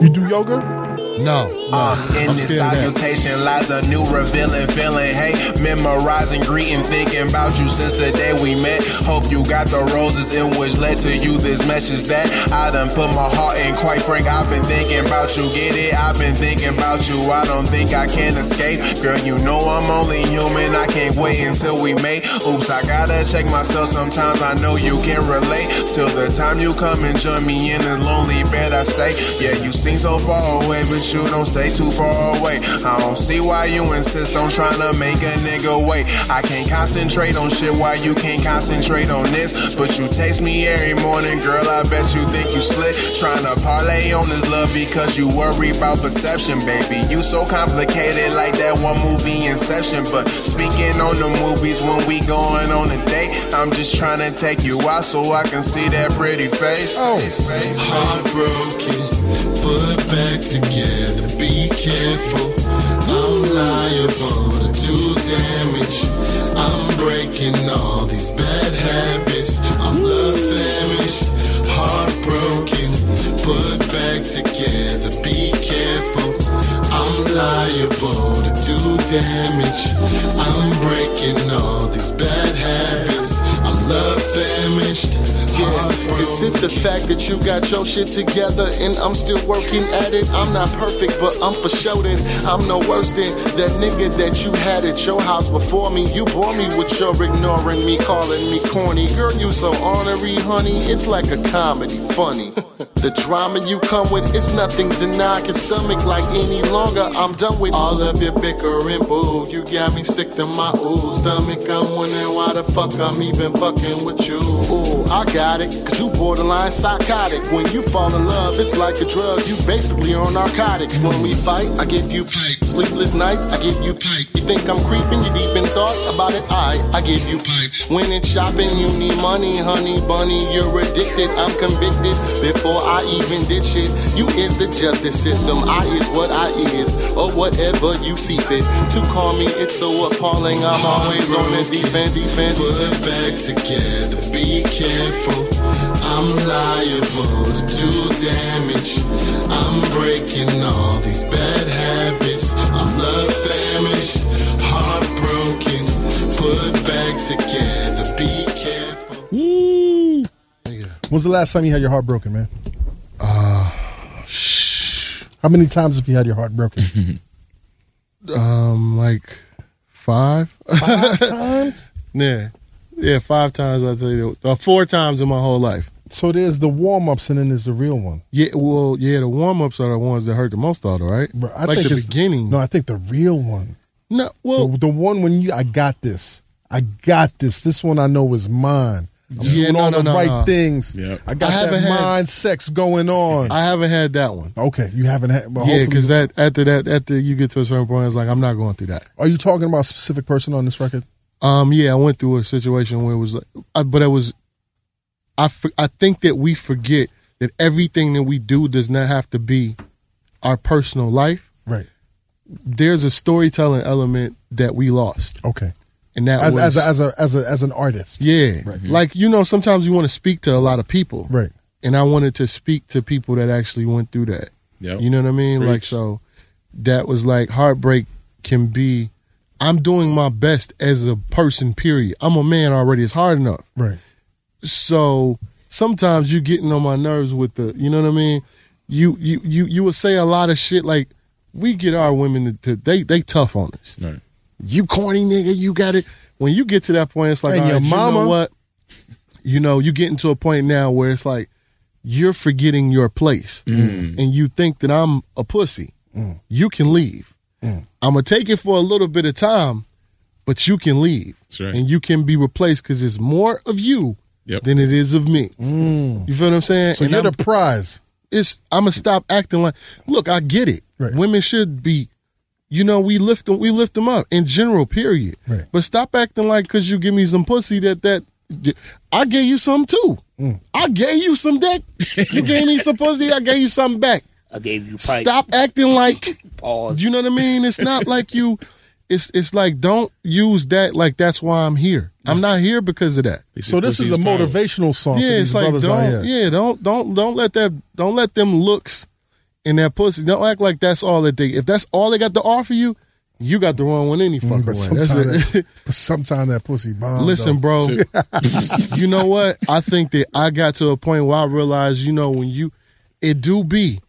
A: You do yoga?
D: No, no.
H: Um, In
D: I'm
H: this
D: scared of that.
H: salutation lies a new revealing feeling. Hey, memorizing, greeting, thinking about you since the day we met. Hope you got the roses in which led to you this message that I done put my heart in. Quite frank, I've been thinking about you. Get it? I've been thinking about you. I don't think I can escape. Girl, you know I'm only human. I can't wait until we mate. Oops, I gotta check myself. Sometimes I know you can relate. Till the time you come and join me in this lonely bed, I stay. Yeah, you seem so far away, but you don't stay too far away. I don't see why you insist on trying to make a nigga wait. I can't concentrate on shit while you can't concentrate on this. But you text me every morning, girl. I bet you think you slick. Trying to parlay on this love because you worry about perception, baby. You so complicated like that one movie Inception. But speaking on the movies when we going on a date, I'm just trying to take you out so I can see that pretty face.
A: Oh.
H: Face, face, face.
B: Heartbroken, put back together. Be careful. I'm liable to do damage. I'm breaking all these bad habits. I'm love famished, heartbroken. Put back together. Be careful. I'm liable to do damage. I'm breaking all these bad habits. I'm love famished. Yeah. Is it the fact that you got your shit together and I'm still working at it? I'm not perfect, but I'm for sure that I'm no worse than that nigga that you had at your house before me. You bore me with your ignoring me, calling me corny. Girl, you so ornery, honey. It's like a comedy, funny. the drama you come with, it's nothing deny can stomach like any longer. I'm done with all of your bickering, boo. You got me sick to my ooh stomach. I'm wondering why the fuck I'm even fucking with you. Ooh, I got it, cause you borderline psychotic. When you fall in love, it's like a drug. You basically on narcotics. When we fight, I give you pipe. Sleepless nights, I give you pipe. You think I'm creeping, you deep in thought about it. I, I give you pipe. When it's shopping, you need money, honey bunny. You're addicted, I'm convicted. Before I even did shit, you is the justice system. I is what I is, or whatever you see fit. To call me, it's so appalling. I'm always on the defense, defense. Put back together, be careful. I'm liable to do damage. I'm breaking all these bad habits. I'm love famished, heartbroken. Put back together, be careful.
A: When's the last time you had your heart broken, man? Uh, How many times have you had your heart broken?
D: Um, like five.
A: Five times?
D: yeah, yeah, five times. I tell you, uh, four times in my whole life.
A: So there's the warm ups and then there's the real one.
D: Yeah, well, yeah, the warm ups are the ones that hurt the most, though, right?
A: Bro, I
D: like
A: think
D: the
A: it's-
D: beginning.
A: No, I think the real one.
D: no, well,
A: the, the one when you, I got this. I got this. This one I know is mine. I'm
D: Yeah,
A: doing
D: no,
A: all
D: no,
A: the
D: no,
A: right
D: no.
A: things.
C: Yep.
A: I
D: I
A: got that
D: haven't had-
A: mind sex going on.
D: I haven't had that one.
A: okay, you haven't had. Well,
D: Yeah,
A: hopefully-
D: because that after that after you get to a certain point, it's like I'm not going through that.
A: are you talking about a specific person on this record?
D: Um, yeah, I went through a situation where it was, like, I, but it was, I for- I think that we forget that everything that we do does not have to be our personal life.
A: Right.
D: There's a storytelling element that we lost,
A: Okay.
D: and that
A: As
D: was
A: as a, as a as a as an artist.
D: yeah,
A: Right.
D: like you know, sometimes you want to speak to a lot of people,
A: Right.
D: and I wanted to speak to people that actually went through that.
C: Yep.
D: You know what I mean? Like
C: Preach.
D: so that was like heartbreak can be I'm doing my best as a person, period. I'm a man already, it's hard enough.
A: Right.
D: So sometimes you getting on my nerves with the you know what I mean? You you you you will say a lot of shit like we get our women to, to they they tough on us.
C: Right.
D: You corny nigga, you got it. When you get to that point, it's like
A: And
D: all
A: your
D: right, you
A: mama.
D: know what? You know, you getting to a point now where it's like you're forgetting your place
A: Mm.
D: and you think that I'm a pussy. You can leave.
A: Mm.
D: I'm gonna take it for a little bit of time, but you can leave
C: That's right.
D: and you can be replaced because it's more of you
C: Yep.
D: than it is of me. You feel what I'm saying?
A: Mm. So
D: And
A: you're
D: I'm,
A: the prize.
D: it's I'm gonna stop acting like. Look, I get it.
A: Right.
D: Women should be, you know, we lift them, we lift them up in general. Period.
A: Right.
D: But stop acting like because you give me some pussy that that I gave you some too.
A: Mm.
D: I gave you some dick. you gave me some pussy. I gave you something back.
E: I gave you pipe.
D: Stop acting like
E: Pause.
D: you know what I mean? It's not like you it's it's like don't use that like that's why I'm here. I'm not here because of that.
C: They
A: So
C: said
A: this
C: pussy
A: is a
C: power.
A: motivational song. for
D: Yeah,
A: these
D: it's like
A: brothers out here.
D: don't yeah, don't don't don't let that don't let them looks and that pussy don't act like that's all that they if that's all they got to offer you, you got the wrong one any fucking
A: Mm, But
D: way. That's
A: sometimes,
D: it.
A: that, but sometime that pussy bomb.
D: Listen,
A: though.
D: bro, you know what? I think that I got to a point where I realized, you know, when you it do be,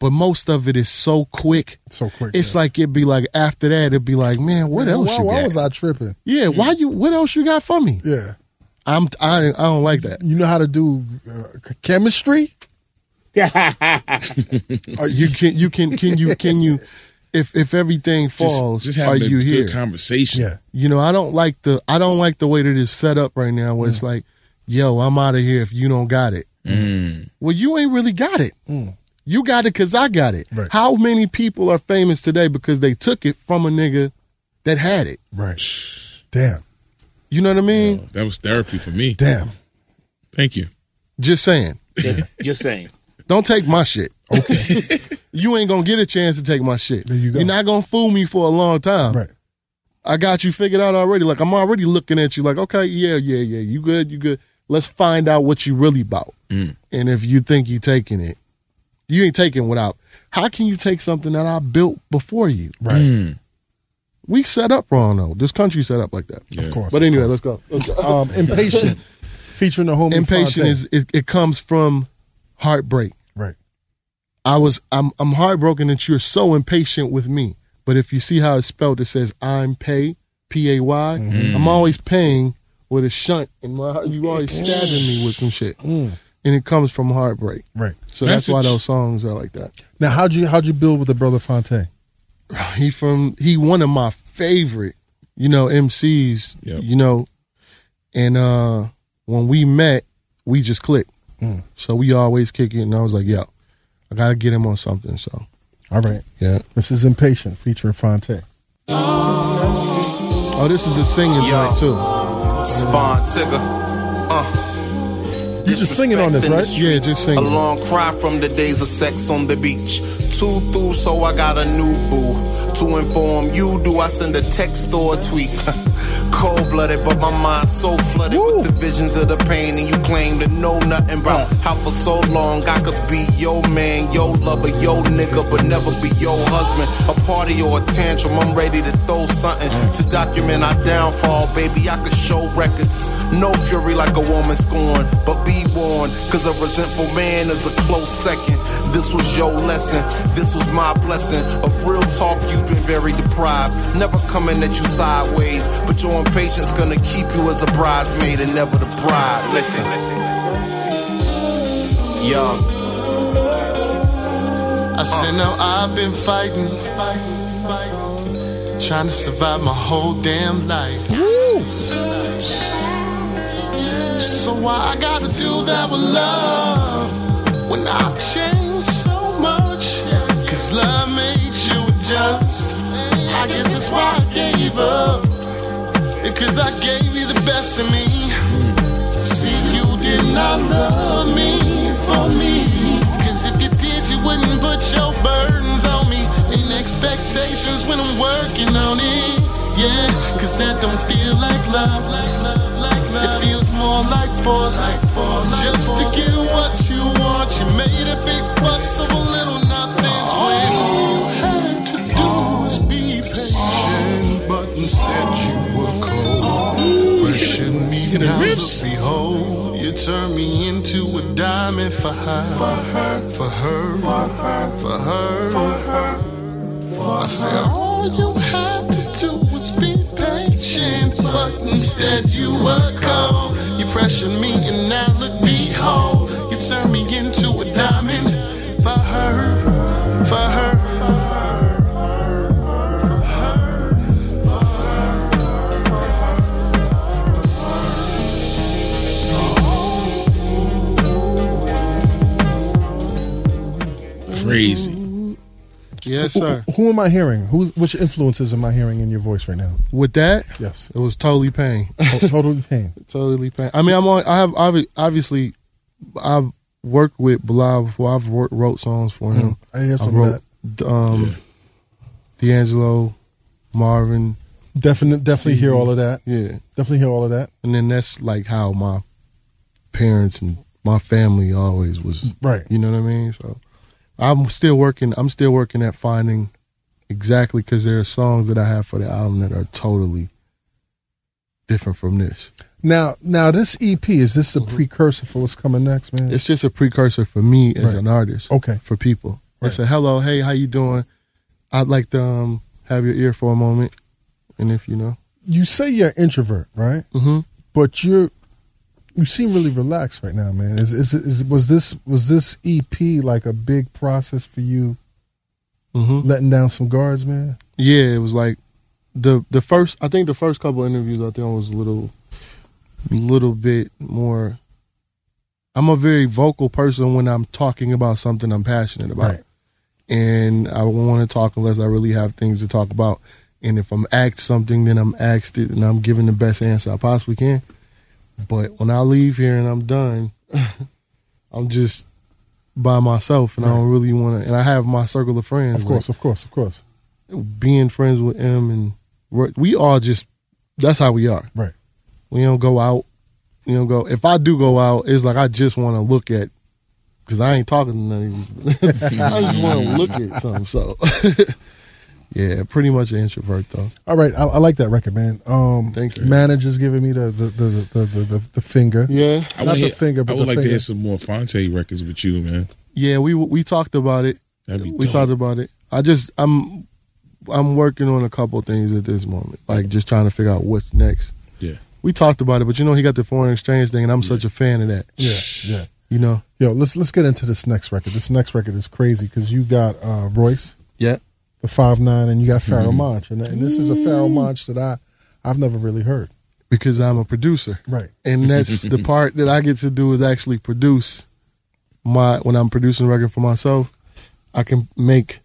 D: but most of it is so quick.
A: so quick.
D: It's
A: yes.
D: like it'd be like after that, it'd be like, man, what
A: Man,
D: else
A: Why,
D: you
A: why
D: got?
A: was I tripping?
D: yeah, why you? What else you got for me?
A: Yeah,
D: I'm I, I don't like that.
A: you know how to do uh, ch- chemistry.
D: Are Uh, you can you can can you can you if if everything falls,
C: Just, just
D: are
C: having
D: you
C: a
D: here?
C: good conversation.
A: Yeah,
D: you know, I don't like the I don't like the way that it's set up right now. Where
A: Mm.
D: it's like, yo, I'm out of here if you don't got it.
C: Mm.
D: Well, you ain't really got it. You got it because I got it.
A: Mm. Right.
D: How many people are famous today because they took it from a nigga that had it?
A: right. Damn,
D: You know what I mean?
C: That was therapy for me.
A: damn.
C: Thank you.
D: Just saying.
E: just, just saying.
D: Don't take my shit. Okay. you ain't gonna get a chance to take my shit.
A: There you go.
D: You're not gonna fool me for a long time.
A: Right.
D: I got you figured out already. Like I'm already looking at you. Like okay, yeah, yeah, yeah. You good? You good? Let's find out what you really about. Mm. And if you think you taking it, you ain't taking what I. How can you take something that I built before you?
A: Right.
D: We set up wrong though. This country set up like that.
A: Of course.
D: But anyway, let's go. Let's go.
A: um, impatient, featuring the homie.
D: Impatient
A: Fontaine.
D: is it, it comes from heartbreak.
A: right.
D: I was I'm I'm heartbroken that you're so impatient with me. But if you see how it's spelled, it says I'm pay P A Y.
A: Mm-hmm.
D: I'm always paying with a shunt and my heart. You always stabbing me with some shit, and it comes from heartbreak.
A: Right.
D: So that's why
C: Message.
D: those songs are like that.
A: Now, how'd you how'd you build with the brother Fontaine?
D: He from he one of my favorite, you know, MCs.
C: Yep.
D: You know, and uh when we met, we just clicked.
A: Mm.
D: So we always kick it, and I was like, yo, I gotta get him on something. So
A: All right.
D: yeah.
A: This is impatient, featuring Fontaine.
D: Oh, this is a singing
H: Yo.
D: joint too.
H: Spawn Tigger. Uh.
A: You're just singing on this,
H: Disrespecting the
A: right?
D: Yeah, just
H: A
D: singing.
H: long cry from the days of sex on the beach. Two through, so I got a new boo. To inform you, do I send a text or a tweet? Cold blooded, but my mind so flooded with the visions of the pain. And you claim to know nothing about how for so long I could be your man, your lover, your nigga, but never be your husband. A party or a tantrum, I'm ready to throw something to document our downfall, baby. I could show records. No fury like a woman scorned, but be warned, cause a resentful man is a close second. This was your lesson, this was my blessing. Of real talk, you've been very deprived. Never coming at you sideways, but your impatience gonna keep you as a bridesmaid and never the bride. Listen. young.
B: I said, now I've been fighting, fighting, fighting, trying to survive my whole damn life. So why I gotta do that with love when I've changed so much? Cause love makes you adjust. I guess that's why I gave up. Because I gave you the best of me. See, you did not love me for me. Cause if you did, you wouldn't put your burdens on me and expectations when I'm working on it. Yeah, cause that don't feel like love. Like love, like love. It feels more like force. Like force just to get what you want. You made a big fuss of a little nothings when all you had to do was be patient. But instead, you were cold. Wishing me now, look, behold, you turn me into a diamond for her, for her, for her, for her. I said, all you had to do was be patient, but instead you were cold. You pressured me, and now look, behold, you turn me into a diamond for her, for her.
C: Crazy.
D: Yes, sir.
A: Who, am I hearing? Who's which influences am I hearing in your voice right now?
D: With that,
A: Yes,
D: it was totally pain.
A: totally pain.
D: totally pain. I mean, I'm on. I have obvi- obviously, I've worked with Bilal before. I've wor- wrote songs for him.
A: Mm. I hear
D: I
A: some of
D: wrote um, D'Angelo, Marvin.
A: that. Definitely, definitely hear all of that.
D: Yeah,
A: Definitely hear all of that.
D: and then that's like how my parents and my family always was.
A: Right.
D: You know what I mean? So I'm still working. I'm still working at finding exactly because there are songs that I have for the album that are totally different from this.
A: Now, now this EP is this the precursor for what's coming next, man?
D: Mm-hmm. It's just a precursor for me as
A: Right.
D: an artist.
A: Okay.
D: For people, it's
A: Right.
D: a hello, hey, how you doing? I'd like to um, have your ear for a moment, and if you know,
A: you say you're an introvert, right?
D: Mhm.
A: But you're you seem really relaxed right now, man. Is, is is was this was this EP like a big process for you
D: mm-hmm.
A: letting down some guards, man?
D: yeah, it was like the the first. I think the first couple of interviews I think I was a little, little bit more. I'm a very vocal person when I'm talking about something I'm passionate about.
A: Right.
D: and I don't want to talk unless I really have things to talk about. And if I'm asked something, then I'm asked it, and I'm giving the best answer I possibly can. But when I leave here and I'm done, I'm just by myself, and I don't really want to. And I have my circle of friends.
A: Of course, of course, of course.
D: like, being friends with him, and we're, we all just that's how we are.
A: Right.
D: We don't go out. We don't go. If I do go out, it's like I just want to look at, because I ain't talking to none of these. I just want to look at something. So, yeah, pretty much an introvert though.
A: All right, I, I like that record, man. Um,
D: Thank you.
A: Manager's giving me the the the the the, the, the finger.
D: Yeah,
C: I
A: Not
C: wanna
A: the
C: hear-
A: finger, but
C: I would
A: the
C: like to
A: finger.
C: hear some more Fonte records with you, man.
D: yeah. We we talked about it.
C: That'd be
D: we
C: dope.
D: talked about it. I just I'm I'm working on a couple things at this moment, like just trying to figure out what's next.
C: Yeah.
D: We talked about it, but you know he got the foreign exchange thing, and I'm such a fan of that.
A: Yeah, yeah.
D: You know.
A: Yo, let's let's get into this next record. This next record is crazy because you got uh, Royce,
D: Yeah. Mm-hmm.
A: the five nine, and you got Pharaoh Monch, and, and this is a Pharaoh Monch that I I've never really heard.
D: Because I'm a producer.
A: Right.
D: and that's the part that I get to do is actually produce my when I'm producing a record for myself, I can make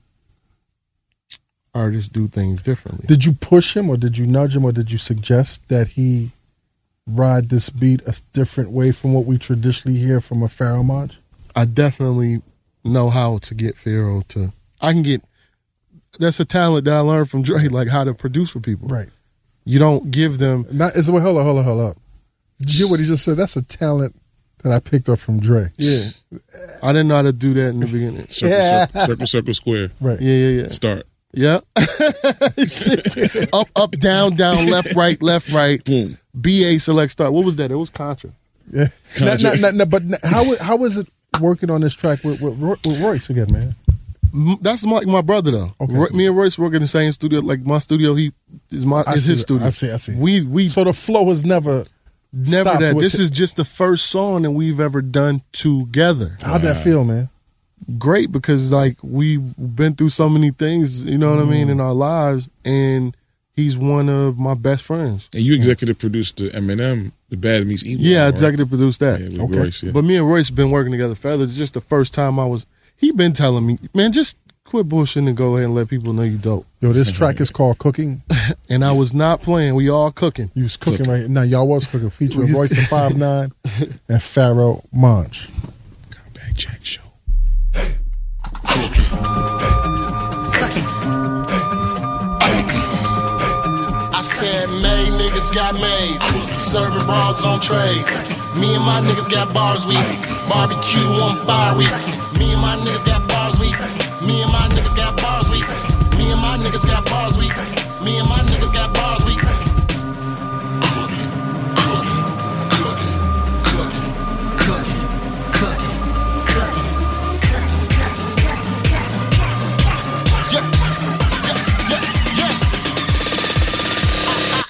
D: artists do things differently.
A: Did you push him or did you nudge him or did you suggest that he ride this beat a different way from what we traditionally hear from a Pharaoh Monch?
D: I definitely know how to get Pharaoh to. I can get. That's a talent that I learned from Dre, like how to produce for people.
A: Right.
D: You don't give them.
A: Not is well hold up, hold up, hold up. Did you hear what he just said? That's a talent that I picked up from Dre.
D: Yeah, I didn't know how to do that in the beginning.
C: Circle,
A: Yeah.
C: circle, circle, circle, square.
A: Right.
D: Yeah, yeah, yeah.
C: Start.
D: Yeah. up, up, down, down, left, right, left, right.
C: Boom.
D: BA select start. What was that? It was Contra.
A: Yeah. Not, not, not, not, but n- how i- how is it working on this track with with, Roy, with Royce again, man?
D: M- That's like my brother though.
A: Okay.
D: Roy- me and Royce work in the same studio. Like my studio, he is my
A: I
D: is
A: see
D: his
A: that.
D: studio.
A: I see, I see.
D: We we
A: So the flow has never
D: never
A: Stop
D: that.
A: with
D: This
A: it.
D: is just the first song that we've ever done together.
A: How'd that feel, man?
D: Great because like we've been through so many things, you know what I
A: Mm.
D: mean, in our lives, and he's one of my best friends.
C: And you executive produced the Eminem, the Bad Meets Evil.
D: Yeah,
C: right?
D: executive produced that.
C: Yeah, with Royce, yeah.
D: But me and Royce been working together forever. It's just the first time I was. He been telling me, man, just quit bullshitting and go ahead and let people know you dope.
A: Yo, this track is called Cooking.
D: And I was not playing. We all cooking.
A: You was cooking right here. Now y'all was cooking featuring Royce and Five Nine and Pharaoh Monch.
C: Comeback Jack Show.
B: I said, May niggas got made, serving broads on trays. Me and my niggas got bars, we barbecue on fire, we. Me and my niggas got bars, we. Me and my niggas got bars, we. Me and my niggas got bars, we. Me and my niggas got bars, we. Cooking, cooking, cooking, cooking, cooking, cooking, cooking. Yeah, yeah, yeah, yeah.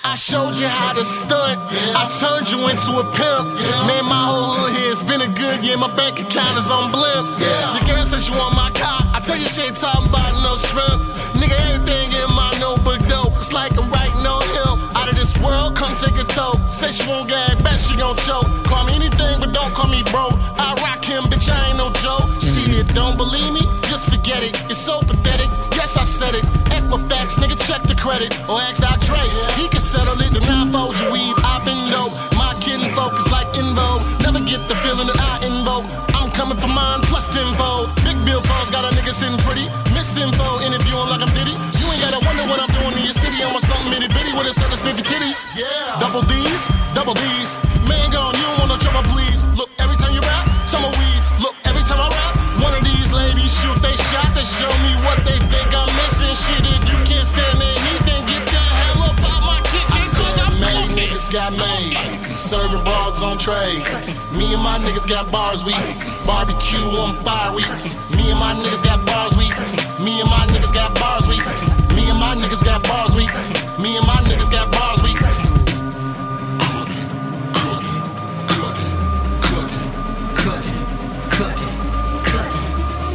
B: I showed you how to stunt. I turned you into a pimp. Man, my whole hood here's been a good year. My bank account is on blimp. Your girl says she want my car. I tell you she ain't talking about no shrimp. Nigga, everything in my notebook dope. It's like I'm writing on him. Out of this world, come take a toe. Say she won't gag, bet she gon' choke. Call me anything, but don't call me bro. I rock him, bitch, I ain't no joke. Shit, don't believe me? Just forget it. It's so pathetic. Yes, I said it. Equifax, nigga, check the credit. Or ask Dr. Dre. He can settle it. The nine-fold you weave. I've been dope. My kid focus like invo. Never get the feeling that I invoke. I'm coming for mine plus tenfold. Big bill calls got a nigga sitting pretty. Miss info, interviewing like I'm Diddy. You ain't gotta wonder what I'm doing in your city. I'm on something itty bitty with a set of spiffy titties. Yeah. Double D's, double D's. Man gone, you don't want no trouble, please. Look, every time you rap, summer weeds. Look, every time I rap, one of these ladies shoot they shot to show me what they think I'm missing. Shit, if you can't stand anything, get the hell up out my kitchen. Cause I'm made niggas got maids, serving broads on trays. Me and my niggas got bars, we barbecue on fire, we. Me and my niggas got bars, we. Me and my niggas got bars, we. Me and my niggas got bars, we. Me and my niggas got bars, we. Cooking, cooking, cooking, cooking, cooking, cooking,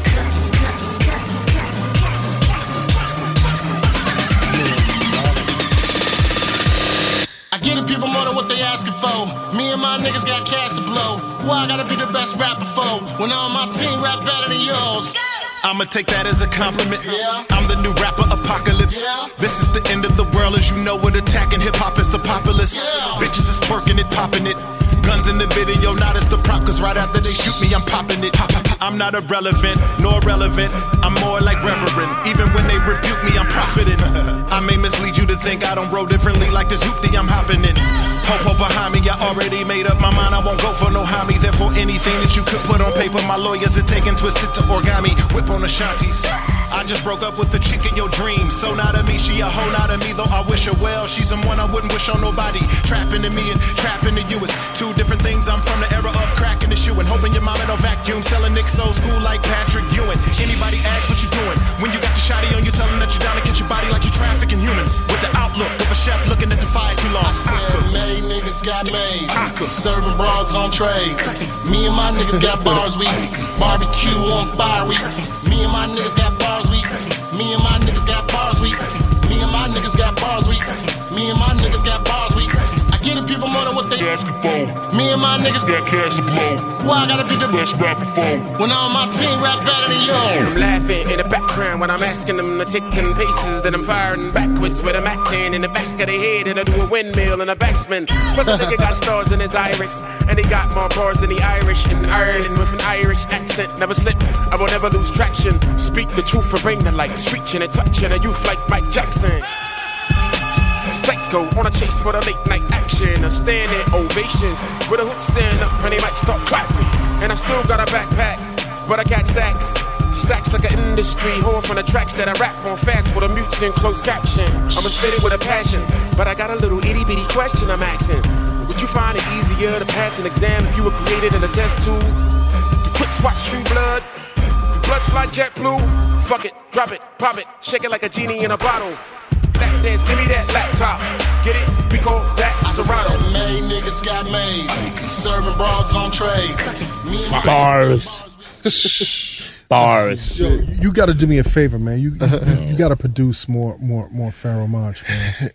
B: cooking. I get it, people more than what they asking for. Me and my niggas got cash to blow. Why I gotta be the best rapper for? When all my team rap better than yours.
I: I'ma take that as a compliment.
B: Yeah.
I: I'm the new rapper apocalypse.
B: Yeah.
I: This is the end of the world as you know it. Attacking hip hop is the populace.
B: Yeah.
I: Bitches is twerking it, popping it. Guns in the video, not as the prop, cause right after they shoot me, I'm popping it. Pop, pop, pop. I'm not irrelevant, nor relevant. I'm more like reverend. Even when they rebuke me, I'm profiting. I may mislead you to think I don't roll differently like this hoopty I'm hopping in. Popo behind me, I already made up my mind. I won't go for no homie. Therefore, anything that you could put on paper, my lawyers are taking twisted to origami. Whip on Ashanti's. I just broke up with the chick in your dream. So not of me, she a hoe not of me, though I wish her well. She's someone I wouldn't wish on nobody. Trapping to me and trapping to you is two different things. I'm from the era of cracking the shoe and hoping your mama don't vacuum. Selling Nick's old school like Patrick Ewing. Anybody ask what you doing? When you got the shotty on, you tell 'em that you're down to catch your body like you trafficking humans. With the outlook of a chef looking at the fire too long.
B: I said,
I: cook.
B: May niggas got maids, serving broads on trays. Me and my niggas got bars, we barbecue on fire, we. Me and my niggas got bars, we. Me and my niggas got bars, we. Me and my niggas got bars, we. Me and my niggas got bars, we. I get it, people more than what they asking for. Me and my niggas got cash to blow. Why I gotta be the best rapper for? When all my team rap better than yours.
J: I'm laughing in the background when I'm asking them to take 10 paces. Then I'm firing backwards with a Mac 10 in the back of the head. And I do a windmill and a backspin. Plus, a nigga got stars in his iris. And he got more bars than the Irish in Ireland with an Irish accent. Never slip, I will never lose traction. Speak the truth and bring the light. Screeching and touching a youth like Mike Jackson. Psycho on a chase for the late night action. A standing ovations with a hood stand up and they might start clapping. And I still got a backpack, but I got stacks. Stacks like an industry whore from the tracks that I rap on fast for the mutes in closed caption. I'ma spit it with a passion, but I got a little itty bitty question I'm asking. Would you find it easier to pass an exam if you were created in a test tube? The Twix watch True Blood. Bloods fly jet blue. Fuck it, drop it, pop it, shake it like a genie in a bottle. Lap dance, give me that laptop. Get it? We call that Serato.
B: Main niggas got maids. Serving broads on trays. Me and my
E: Bars. Bars.
A: You got to do me a favor, man. You you got to produce more more more Pharaoh Monch, man.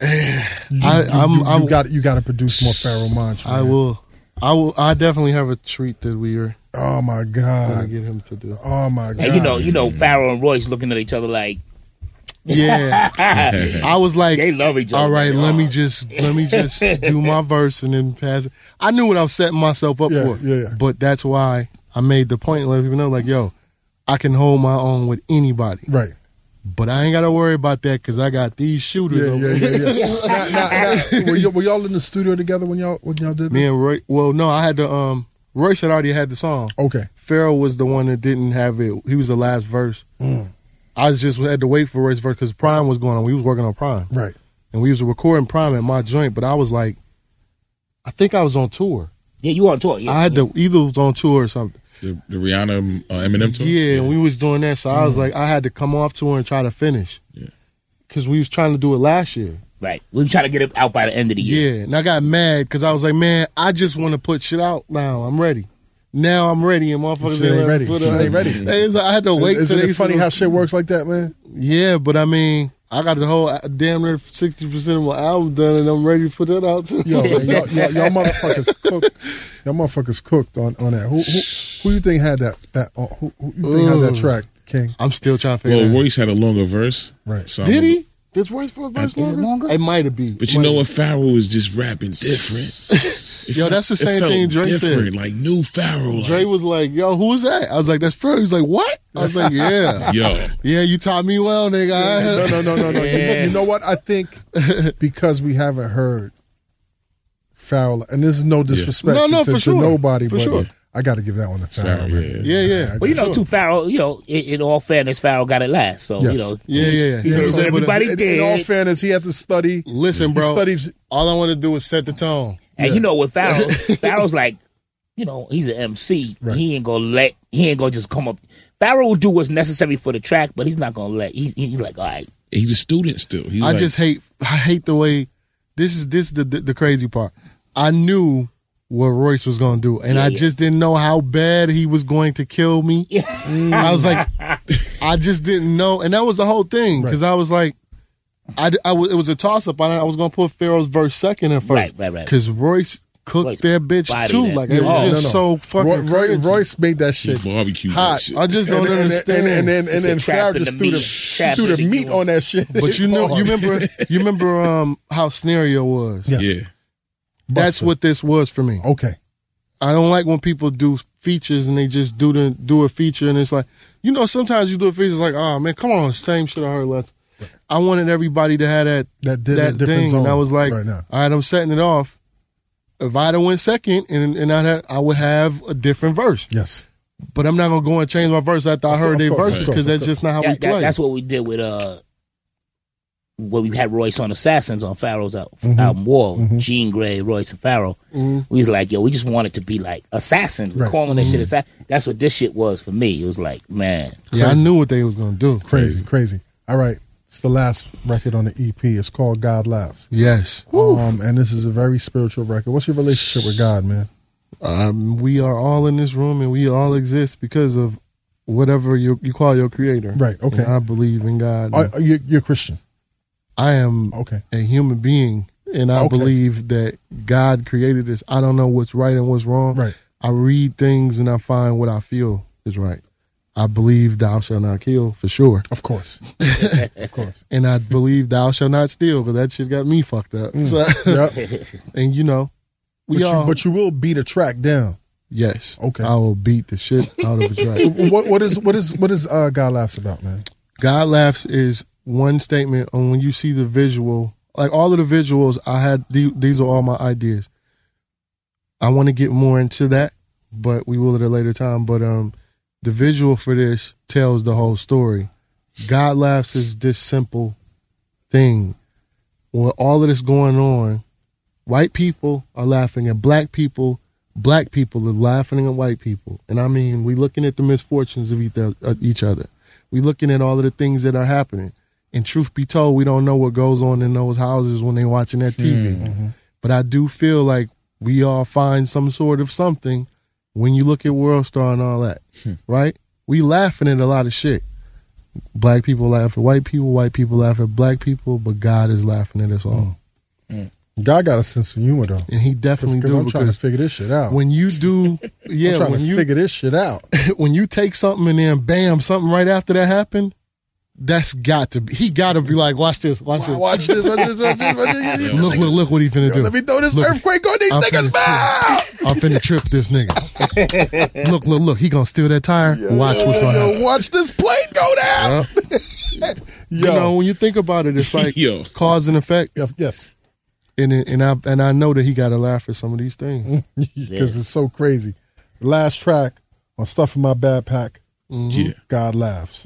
A: You,
D: I- I'm- I'm-
A: got you got to produce more Pharaoh Monch. Man.
D: I will. I will. I definitely have a treat that we are
A: Oh my
D: gonna
A: god.
D: get him to do.
A: Oh my god.
E: And you know, you know, Farrell and Royce looking at each other like
D: Yeah, I was like,
E: they love each other.
D: all right, let me just let me just do my verse and then pass it. I knew what I was setting myself up
A: Yeah,
D: for.
A: yeah, yeah.
D: But that's why I made the point. to Let people know, like, yo, I can hold my own with anybody,
A: Right.
D: but I ain't gotta worry about that because I got these shooters.
A: Yeah,
D: over
A: yeah,
D: here.
A: yeah, yeah. Now- now- now, were, y- were y'all in the studio together when y'all when y'all did
D: Me
A: this?
D: and Roy. Well, no, I had the um. Royce had already had the song.
A: Okay.
D: Pharaoh was the one that didn't have it. He was the last verse. I just had to wait for Royce's verse because Prime was going on. We was working on Prime,
A: Right.
D: and we was recording Prime at my joint. But I was like, I think I was on tour.
E: Yeah, you on tour. Yeah,
D: I had to either was on tour or something.
C: The, the Rihanna uh, Eminem tour.
D: Yeah, and we was doing that, so
E: Mm.
D: I was like, I had to come off tour and try to finish.
C: Yeah.
D: Cause we was trying to do it last year.
E: Right. We were trying to get it out by the end of the year.
D: Yeah, and I got mad because I was like, man, I just want to put shit out now. I'm ready. Now I'm ready, and motherfuckers
A: Shit ain't
D: let me
A: ready.
D: put
A: Shit
D: up-
A: ain't ready.
D: It's like, I had to wait. till
A: Isn't
D: they
A: it funny
D: said-
A: how shit works like that, man?
D: Yeah, but I mean, I got the whole uh, damn near sixty percent of my album done, and I'm ready to put that out too.
A: Yo, yo, y'all, y'all, y'all motherfuckers cooked. Y'all motherfuckers cooked on, on that. Who, who who you think had that that uh, who, who you think had that
D: Ooh.
A: track? King.
D: I'm still trying to figure.
C: Well,
D: out.
C: Royce had a longer verse.
A: Right.
C: So
D: Did he? This worst for verse
E: Is it
D: longer?
E: longer?
D: It might have been.
C: But you know what? Pharaoh was just rapping different. It
D: Yo,
C: felt-
D: that's the
C: it
D: same
C: felt
D: thing Dre said.
C: different. Like new Pharaoh. Like,
D: Dre was like, "Yo, who was that?" I was like, "That's Phil." He's like, "What?" I was like, "Yeah,
C: yo,
D: yeah, you taught me well, nigga." I-
A: No, no, no, no, no. You- You, know what? I think because we haven't heard Farrell, and this is no disrespect
D: No, no,
A: to,
D: for
A: to
D: sure.
A: nobody,
D: For
A: but
D: sure.
A: I got to give that one to Farrell.
C: Pharaoh.
A: man.
C: Yeah.
D: Yeah, yeah,
E: Well, you know, too, Farrell, you know, in, in all fairness, Farrell got it last. So,
A: Yes.
E: you know,
D: yeah, yeah.
E: Yeah,
D: He
E: so
D: said, but-
E: everybody- But he
A: in, in all
E: did.
A: fairness, he had to study.
D: Listen,
A: He
D: bro.
A: studies.
D: All I want to do is set the tone.
E: and you know, with Farrell, Farrell's like, you know, he's an MC. He ain't gonna let, he ain't gonna just come up. Farrell will do what's necessary for the track, but he's not gonna let, he, he- he's like, all right.
C: He's a student still. He's
D: I
C: like,
D: just hate. I hate the way. This is this is the, the the crazy part. I knew what Royce was gonna do, and I
E: yeah.
D: just didn't know how bad he was going to kill me. Mm, I was like, I just didn't know, and that was the whole thing because I was like, I, d- I w- it was a toss up. I, I was gonna put Pharaoh's verse second and first,
E: Right, right, right.
D: because Royce cooked
E: Royce
D: that bitch
E: bodied
D: too.
E: that.
D: Like it was
E: Oh,
D: just so
A: Roy,
D: fucking.
A: Roy,
D: crazy.
A: Royce made that
C: he
A: shit
C: barbecued
A: hot.
C: that shit.
D: I just don't
A: and, and,
D: understand.
A: And, and, and, and
E: It's
A: then
E: a trap
A: Farrell
E: in
A: just
E: the
A: threw
E: meat.
A: the,
E: Trap
A: threw
E: in
A: the
E: the
A: meat
E: meat.
A: on that shit.
D: But you know, you remember, you remember um, how scenario was.
A: Yes.
C: Yeah.
D: That's
A: Busta.
D: what this was for me.
A: Okay.
D: I don't like when people do features and they just do the do a feature and it's like, you know, sometimes you do a feature it's like, oh man, come on, same shit I heard last. I wanted everybody to have that
A: That did a different
D: thing,
A: zone
D: and I was like,
A: right now.
D: all right, I'm setting it off. If I'd have went second and and I had, I would have a different verse,
A: Yes.
D: but I'm not gonna go and change my verse after I heard
A: course,
D: their
A: of course,
D: verses
A: of course,
D: because
A: of
D: that's
A: course.
D: just not how we
E: That,
D: play.
E: that, that's what we did with uh, when we had Royce on Assassins on Farrell's al-
D: Mm-hmm.
E: album Wall, Gene Gray, Royce and Farrell. We was like, yo, we just wanted to be like Assassins. We're
A: Right.
E: calling that shit
D: Mm-hmm.
E: Assassin. That's what this shit was for me. It was like, man,
D: yeah, I knew what they was gonna do.
A: Crazy, crazy. All right. It's the last record on the EP. It's called God Laughs.
D: Yes,
A: Um, and this is a very spiritual record. What's your relationship with God, man?
D: um, we are all in this room and we all exist because of whatever you you call your creator.
A: Right, okay.
D: And I believe in God.
A: Are, are you, you're a Christian.
D: I am
A: Okay.
D: a human being and I
A: Okay.
D: believe that God created this. I don't know what's right and what's wrong.
A: Right.
D: I read things and I find what I feel is right. I believe thou shalt not kill for sure.
A: Of course. of course.
D: And I believe thou shalt not steal because that shit got me fucked up.
A: Mm.
D: So,
A: Yep.
D: and you know,
A: But,
D: we all.
A: you, but you will beat a track down.
D: yes.
A: Okay.
D: I will beat the shit out of a track.
A: What, what is what is what is uh, God Laughs about, man?
D: God laughs is one statement on when you see the visual. Like all of the visuals I had, the- these are all my ideas. I want to get more into that, but we will at a later time. But um, the visual for this tells the whole story. God laughs is this simple thing. With all of this going on, white people are laughing at black people. Black people are laughing at white people, and I mean, we looking at the misfortunes of each of each other. We looking at all of the things that are happening. And truth be
A: Hmm,
D: told, we don't know what goes on in those houses when they watching that TV. But I do feel like we all find some sort of something when you look at World Star and all that,
A: Hmm.
D: right? We laughing at a lot of shit. Black people laugh at white people, white people laugh at black people, but God is laughing at us all.
A: Hmm. God got a sense of humor though.
D: And he definitely
A: Because
D: do
A: I'm trying to
D: because
A: figure this shit out.
D: when you do
A: I'm
D: yeah,
A: trying
D: when
A: to
D: you
A: figure this shit out.
D: when you take something and then bam, something right after that happened, that's got to be he gotta be like, watch this, watch this.
A: Watch this. Watch this. Watch this. Watch this.
D: Look, look, look what he finna do.
A: Let me throw this
D: Look,
A: earthquake on these
D: I'm
A: niggas'
D: finna trip. I'm finna trip this nigga. look, look, look. He gonna steal that tire. Watch what's gonna happen.
A: Yo, watch this plane go down.
D: You know, when you think about it, it's like
C: Yo.
D: cause and effect.
A: Yep, yes,
D: And it- and I and I know that he got to laugh at some of these things.
A: because it's so crazy. Last track on stuff in my bad pack.
D: Mm-hmm.
C: Yeah.
A: God laughs.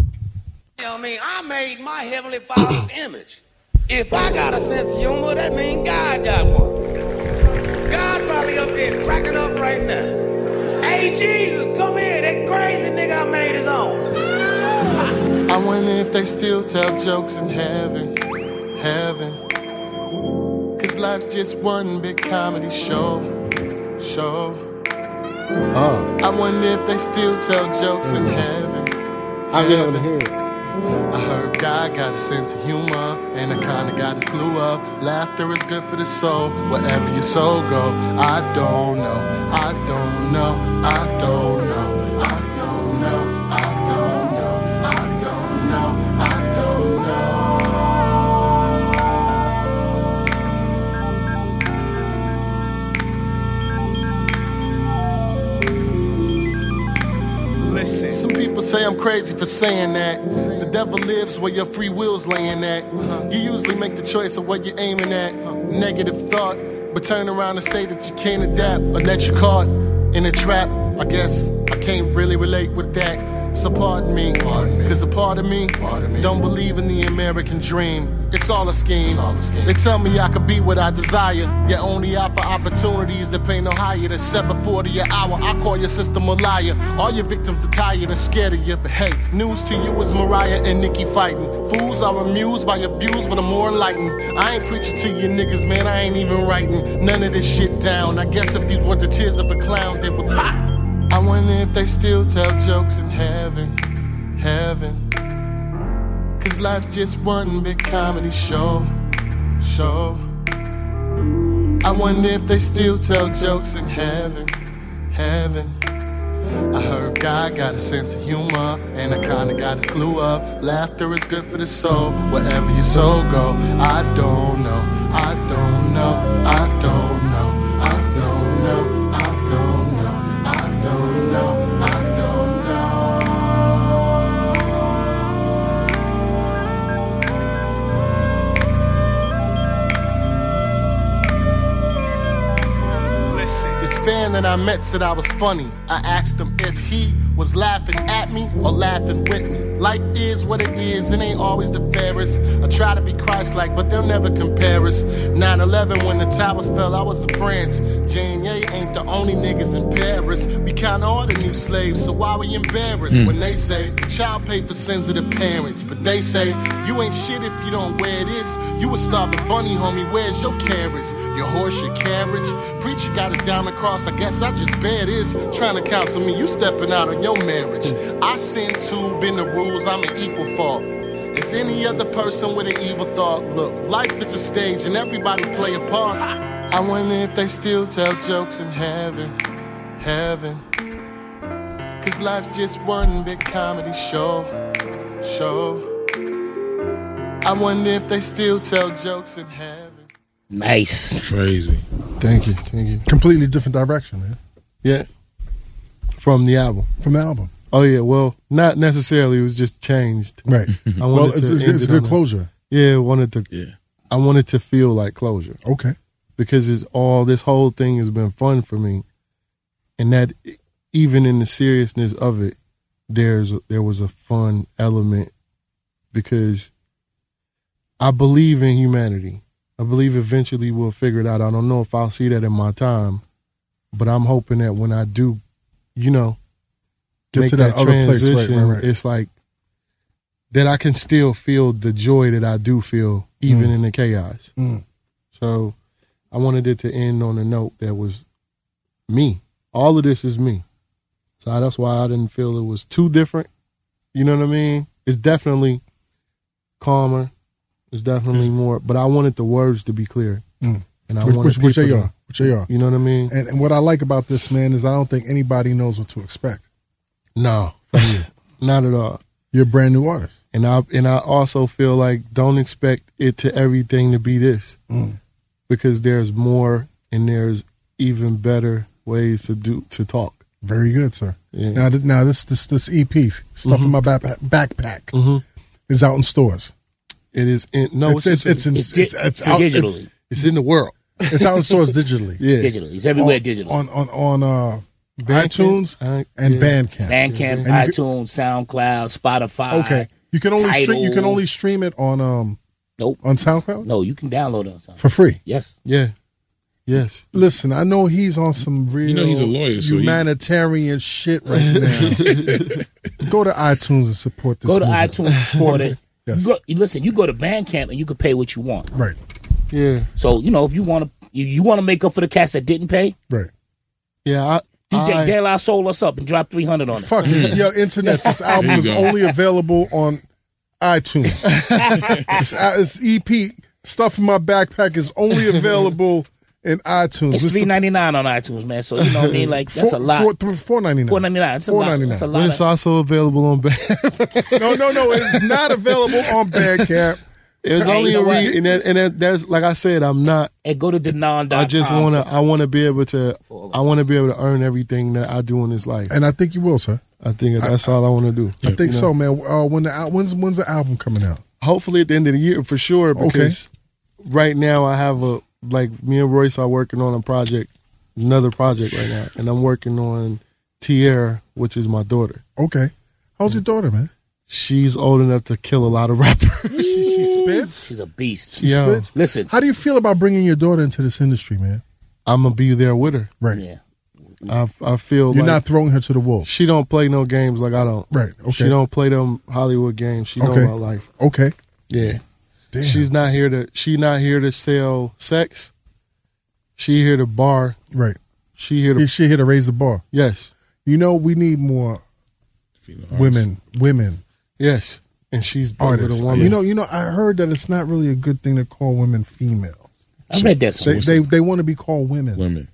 J: You know what I mean? I made my heavenly father's image. If I got a sense of humor, that means God got one. God probably up there cracking up right now. Hey, Jesus, come here. That crazy nigga I made his own.
B: I wonder if they still tell jokes in heaven, heaven. Cause life's just one big comedy show, show.
D: Oh,
B: I wonder if they still tell jokes in heaven.
D: I got to hear it.
B: I heard God got a sense of humor, and I kinda got it clue up. Laughter is good for the soul, wherever your soul go. I don't know, I don't know, I don't know, I don't know, I don't know, I don't know, I don't know. Some people say I'm crazy for saying that. The devil lives where your free will's laying at. You usually make the choice of what you're aiming at. Negative thought, but turn around and say that you can't adapt or that you're caught in a trap. I guess I can't really relate with that. So pardon me, cause a part of me don't believe in the American dream. It's all a scheme. They tell me I could be what I desire. Yet only offer opportunities that pay no higher than 740 an hour. I call your system a liar. All your victims are tired and scared of you. But hey, news to you is Mariah and Nikki fighting. Fools are amused by your views, but I'm more enlightened. I ain't preaching to you niggas, man. I ain't even writing none of this shit down. I guess if these were the tears of a clown, they would. I wonder if they still tell jokes in heaven, heaven. Cause life's just one big comedy show, show. I wonder if they still tell jokes in heaven, heaven. I heard God got a sense of humor, and I kinda got a clue up. Laughter is good for the soul, wherever your soul go. I don't know, I don't know, I don't know, I don't know, I don't know, I don't know, I don't know. This fan that I met said I was funny. I asked him if he was laughing at me or laughing with me. Life is what it is, it ain't always the fairest. I try to be Christ like, but they'll never compare us. 9 11, when the towers fell, I was in France. JNA ain't the only niggas in Paris. We count all the new slaves, so why we embarrassed when they say, child pay for sins of the parents? But they say, you ain't shit if you don't wear this. You a starving bunny, homie, where's your carrots? Your horse, your carriage. Preacher got it down the cross, I guess I just bear this. Trying to counsel me, you stepping out on your marriage. I sin too, bend the rules, I'm an equal fault. It's any other person with an evil thought. Look, life is a stage and everybody play a part. I wonder if they still tell jokes in heaven, heaven. Cause life's just one big comedy show, show. I wonder if they still tell jokes in heaven.
E: Nice.
C: Crazy.
D: Thank you, thank you.
A: Completely different direction, man,
D: Yeah, from the album.
A: from the album.
D: Oh yeah, well, not necessarily. It was just changed.
A: Right.
D: I
A: well,
D: wanted
A: it's,
D: to
A: it's,
D: end
A: it's
D: it
A: good
D: on a-
A: closure.
D: Yeah, I wanted to.
C: Yeah.
D: I wanted to feel like closure.
A: Okay.
D: because it's all this whole thing has been fun for me, and that even in the seriousness of it, there's there was a fun element because I believe in humanity. I believe eventually we'll figure it out. I don't know if I'll see that in my time, but I'm hoping that when I do, you know,
A: Get to that, other place. Right, right, right.
D: it's like that I can
A: Mm.
D: still feel the joy that I do feel even in the chaos. So I wanted it to end on a note that was me. All of this is me. So that's why I didn't feel it was too different. You know what I mean? It's definitely calmer. It's definitely more, but I wanted the words to be clear.
A: Mm.
D: And I
A: Which-
D: wanted
A: which- which they
D: people to-
A: are. Which they are.
D: You know what I mean?
A: And, and what I like about this man is I don't think anybody knows what to expect.
D: No, from you. Not at all.
A: You're a brand new artist.
D: And I and I also feel like don't expect it to everything to be this.
A: Mm.
D: Because there's more and there's even better ways to do to talk.
A: Very good, sir.
D: Yeah.
A: Now, th- now this this this EP stuff
D: Mm-hmm.
A: in my back- backpack is out in stores.
D: It is in no
A: it's it's it's
D: in,
A: in-
E: It's di-
A: it's it's
E: it's
A: out-
E: digitally.
A: it's-
D: it's in the world.
A: it's out in stores digitally.
D: Yeah.
E: Digitally. It's everywhere
A: on,
E: digital.
A: on on on uh,
D: Bandcamp?
A: iTunes
D: I-
A: and
D: yeah.
A: Bandcamp.
E: Bandcamp,
A: And you
E: iTunes, SoundCloud, Spotify.
A: Okay, you can only stream, you can
E: Tidal.
A: only stream it on um
E: Nope.
A: on SoundCloud
E: No, you can download it. on something.
A: for free.
E: Yes.
D: Yeah. Yes.
A: Listen, I know he's on some real
C: know he's a lawyer, so he-
A: humanitarian shit right now. Go to iTunes and support this.
E: Go to
A: movement.
E: iTunes for it.
A: Yes.
E: You go, you listen, you go to Bandcamp and you can pay what you want.
A: Right,
D: Yeah.
E: So you know if you want to, you, you want to make up for the cats that didn't pay.
A: right.
D: Yeah. I,
E: You
D: I-
E: take De La Soul us up and drop three hundred on it.
A: Fuck it. yo, internet. This album
C: There you
A: is
C: go.
A: only available on iTunes. this, uh, this EP stuff in my backpack is only available in iTunes.
E: It's
A: Mr.
E: three ninety nine on iTunes, man. So you know what I mean. Like that's
A: Four-
E: a lot.
A: Four, through four ninety nine.
E: Four ninety nine. It's a lot. It's a
D: but
E: lot.
D: it's
E: of-
D: also available on Bandcamp.
A: No, no, no. It's not available on Bandcamp.
D: It's
E: Hey,
D: only
E: you
D: a
E: know
D: read
E: what?
D: and that, and that, that's like I said, I'm not
E: and go to denon.
D: I just
E: com
D: wanna I wanna be able to
E: For-
D: I wanna be able to earn everything that I do in this life.
A: And I think you will, sir.
D: I think that's all I wanna do.
A: I think so, man. Uh, when the al- when's when's the album coming out?
D: hopefully at the end of the year for sure because right now I have a like me and Royce are working on a project, another project right now, and I'm working on Tierra, which is my daughter.
A: Okay. How's your daughter, man?
D: She's old enough to kill a lot of rappers.
A: She, she spits.
E: She's a beast.
A: She
D: Yeah. Yo.
A: spits.
E: Listen.
A: How do you feel about bringing your daughter into this industry, man?
D: I'm gonna be there with her.
A: Right.
E: yeah.
D: I I feel
A: You're
D: like
A: not throwing her to the wolves.
D: she don't play no games like I don't.
A: Right, okay.
D: She don't play them Hollywood games. She
A: Okay.
D: know my life.
A: Okay.
D: Yeah.
A: Damn.
D: She's not here to she not here to sell sex. She here to bar.
A: right.
D: She here to
A: She- She here to raise the bar.
D: yes.
A: You know, we need more
C: Female artists.
A: women, women
D: Yes, and she's the
A: artists.
D: little woman.
A: You know, you know. I heard that it's not really a good thing to call women female.
E: I read that
A: They
E: somewhere.
A: they, they want to be called women.
C: women.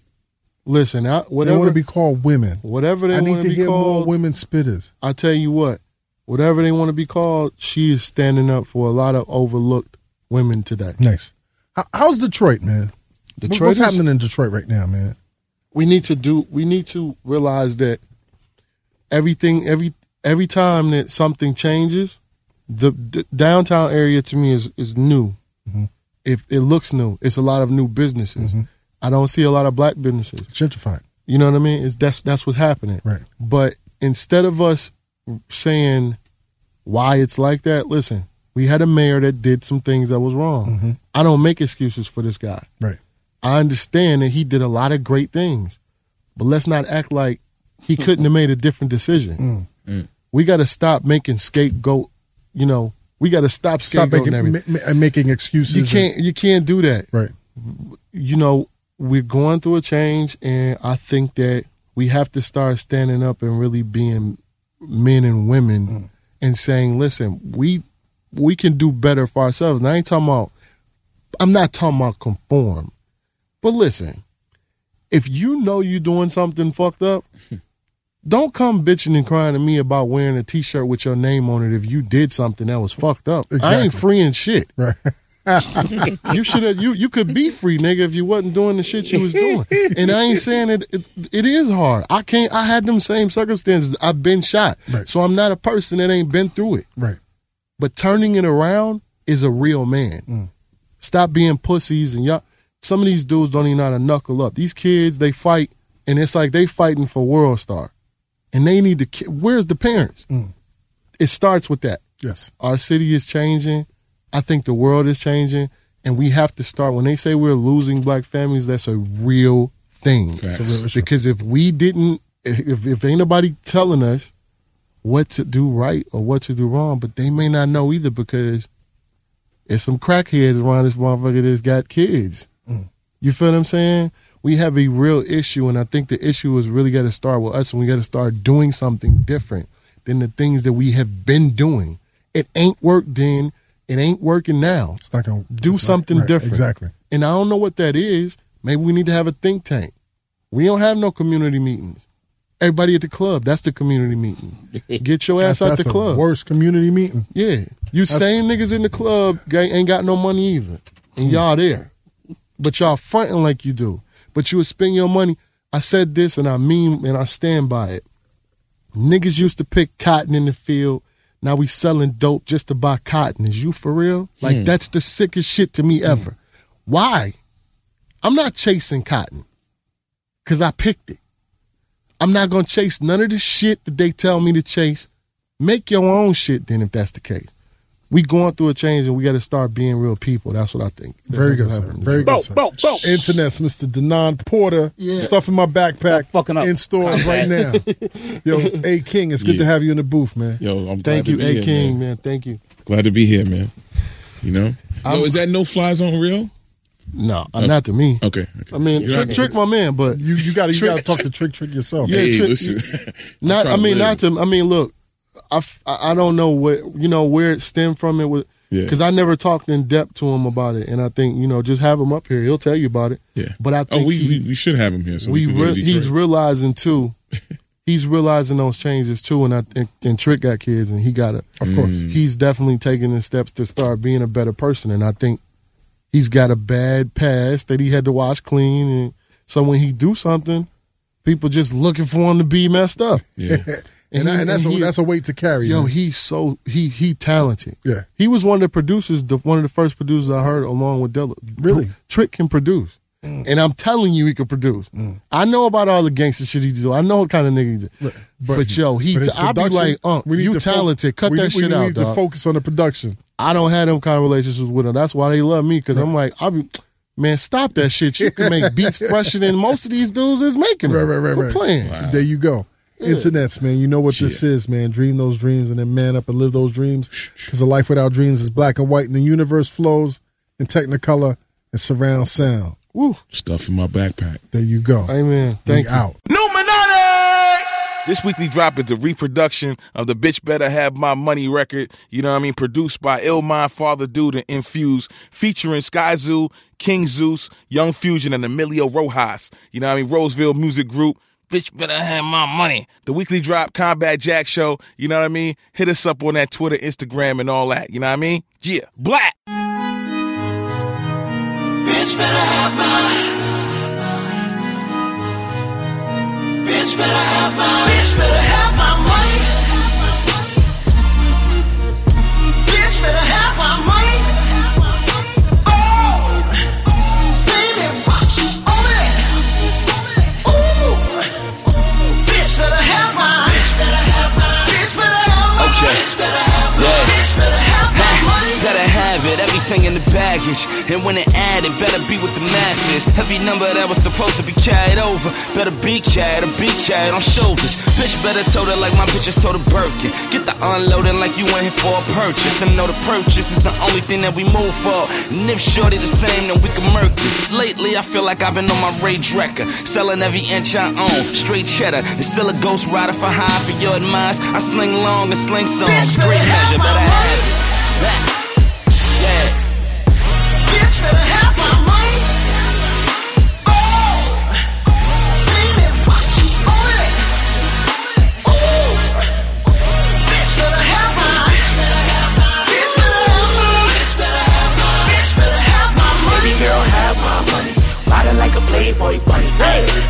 D: listen, I,
A: They
D: whatever
A: want to be called women.
D: whatever they
A: I
D: want
A: need
D: to
A: to
D: be
A: hear more
D: called,
A: women spitters.
D: I tell you what, whatever they want to be called, she is standing up for a lot of overlooked women today.
A: Nice. How, how's Detroit, man? What-
D: Detroit
A: What's
D: is-
A: happening in Detroit right now, man?
D: We need to do. We need to realize that everything, every every time that something changes, the, the downtown area to me is is new.
A: Mm-hmm.
D: If it looks new, it's a lot of new businesses. I don't see a lot of black businesses.
A: Gentrified.
D: You know what I mean? It's that's that's what's happening.
A: Right.
D: But instead of us saying why it's like that, listen, we had a mayor that did some things that was wrong.
A: Mm-hmm.
D: I don't make excuses for this guy.
A: Right.
D: I understand that he did a lot of great things, but let's not act like he couldn't have made a different decision.
A: Mm.
D: We got to stop making scapegoat. You know, we got to stop
A: Stop
D: scapegoating
A: making
D: everything.
A: ma- ma- making excuses.
D: You
A: and-
D: can't. You can't do that
A: Right.
D: you know, we're going through a change, and I think that we have to start standing up and really being men and women
A: Mm.
D: and saying, "Listen, we we can do better for ourselves." And I ain't talking about. I'm not talking about conform, but listen, if you know you're doing something fucked up. Don't come bitching and crying to me about wearing a T-shirt with your name on it if you did something that was fucked up. I ain't
A: Exactly.
D: freeing shit.
A: Right.
D: You should have. You you could be free, nigga, if you wasn't doing the shit you was doing. And I ain't saying it. It, it is hard. I can't. I had them same circumstances. I've been shot,
A: Right.
D: so I'm not a person that ain't been through it.
A: Right.
D: But turning it around is a real man.
A: Mm.
D: Stop being pussies and y'all. Some of these dudes don't even know how to knuckle up. These kids, they fight, and it's like they fighting for world star, and they need to. ki- Where's the parents?
C: Mm.
D: It starts with that
A: Yes.
D: our city is changing. I think the world is changing, and we have to start. When they say we're losing black families, that's a real thing.
C: Facts. It's a real
D: Because if we didn't, if if ain't nobody telling us what to do right or what to do wrong, but they may not know
A: Mm.
D: either because it's some crackheads around this motherfucker that's got kids. You feel what I'm saying? We have a real issue, and I think the issue is really got to start with us, and we got to start doing something different than the things that we have been doing. It ain't worked then. It ain't working now.
A: It's not going to
D: Do something different.
A: Exactly.
D: And I don't know what that is. Maybe we need to have a think tank. We don't have no community meetings. Everybody at the club, that's the community meeting. Get your ass out the club.
A: Worst community meeting.
D: Yeah. You same niggas in the club ga- ain't got no money either. And y'all there. But y'all fronting like you do. But you would spend your money. I said this and I mean and I stand by it. Niggas used to pick cotton in the field. Now we selling dope just to buy cotton. Is you for real? Like that's the sickest shit to me ever. Why? I'm not chasing cotton. Cause I picked it. I'm not gonna chase none of the shit that they tell me to chase. Make your own shit then if that's the case. We going through a change and we gotta start being real people. That's what I think. That's
A: Very
D: what's
A: good, sir.
D: happening.
A: Very
E: Bro,
A: good, sir.
E: bro, bro.
A: Internets, Mr. Denon Porter.
D: Yeah.
A: Stuff in my backpack.
E: Stop fucking up.
A: In stores right now. Yo, A King, it's good
C: Yeah.
A: to have you in the booth, man.
C: Yo, I'm glad
D: Thank
C: to
D: you,
C: be
D: A
C: here,
D: King, man.
C: man.
D: Thank you.
C: Glad to be here, man. You know? Yo, is that no fly zone real?
D: No, uh, not to me.
C: Okay. okay.
D: I mean,
C: You're
D: trick,
C: not-
D: trick my man, but
A: You you gotta you gotta talk to Trick Trick yourself.
D: Yeah,
C: Hey,
D: Trick-
C: listen. I'm
D: not.
C: trying
D: I
C: live.
D: mean, not to. I mean, look, I, f- I I don't know what you know where it stemmed from. It was
C: Yeah.
D: because I never talked in depth to him about it, and I think you know just have him up here. He'll tell you about it.
C: Yeah.
D: But I think
C: Oh, we,
D: he-
C: we, we should have him here. So we,
D: we
C: can go
D: re-
C: to
D: he's
C: Detroit.
D: realizing too. he's realizing those changes too, and I think and Trick got kids, and he got to Of course, he's definitely taking the steps to start being a better person, and I think he's got a bad past that he had to wash clean, and so when he do something, people just looking for him to be messed up.
C: yeah.
A: And, I-
D: he-
A: and that's
D: he-
A: a, that's a weight to carry.
D: Yo,
A: man.
D: he's so he he talented.
A: Yeah.
D: he was one of the producers, the, one of the first producers I heard along with Dilla.
A: Really? Mm.
D: Trick can produce, and I'm telling you, he can produce. I know about all the gangster shit he do. I know what kind of nigga he do. But, yo, he
A: But
D: t-
A: his
D: I be
A: production,
D: like, uh,
A: we need
D: you
A: to fo-
D: talented. Cut
A: we-
D: that
A: we
D: shit out,
A: need to
D: dog.
A: focus on the production.
D: I don't have them kind of relationships with him. That's why they love me because I'm like, I be. Man, stop that shit. You can make beats fresher than most of these dudes is making. them.
A: Right, right, right,
D: Quit
A: right.
D: Playing.
A: There you go. Internets, man. You know what this is, man. Dream those dreams and then man up and live those dreams. Because a life without dreams is black and white, and the universe flows in technicolor and surround sound.
C: Stuff in my backpack.
A: There you go.
D: Amen.
A: We
D: Thank you.
A: out.
K: This weekly drop is the reproduction of the Bitch Better Have My Money record, you know what I mean? Produced by Ill Mind, Father Dude, and Infuse, featuring Sky Zoo, King Zeus, Young Fusion, and Emilio Rojas, you know what I mean? Roseville Music Group. Bitch Better Have My Money. The weekly drop, Combat Jack Show, you know what I mean? Hit us up on that Twitter, Instagram, and all that, you know what I mean? Yeah, black!
G: Bitch better have mine. Bitch better have mine. Bitch better have my money. Bitch better have my money. Oh, baby, what you owe me? Ooh, bitch better have mine. Bitch better have mine. Bitch better have mine.
K: Okay.
G: Bitch better have mine.
K: Yeah.
G: Bitch better have my money.
K: Gotta have it, everything in the baggage. And when it added, better be with the math is. Every number that was supposed to be carried over, better be carried or be carried on shoulders. Bitch better tote it like my bitches told a Birkin. Get the unloading like you went here for a purchase. And know the purchase is the only thing that we move for. And if shorty the same, then we can murk this. Lately, I feel like I've been on my rage record. Selling every inch I own, straight cheddar. And still a ghost rider for high for your advice. I sling long and sling songs.
G: Bitch better
K: Great
G: have
K: measure,
G: my
K: better have
G: money.
K: it. Yeah.
G: Bitch better have my money. Oh, baby, what you owe me? Ooh, bitch better have my. Bitch better have my. Bitch better have my. Bitch better have my money.
J: Baby girl, have my money. Riding like a Playboy bunny.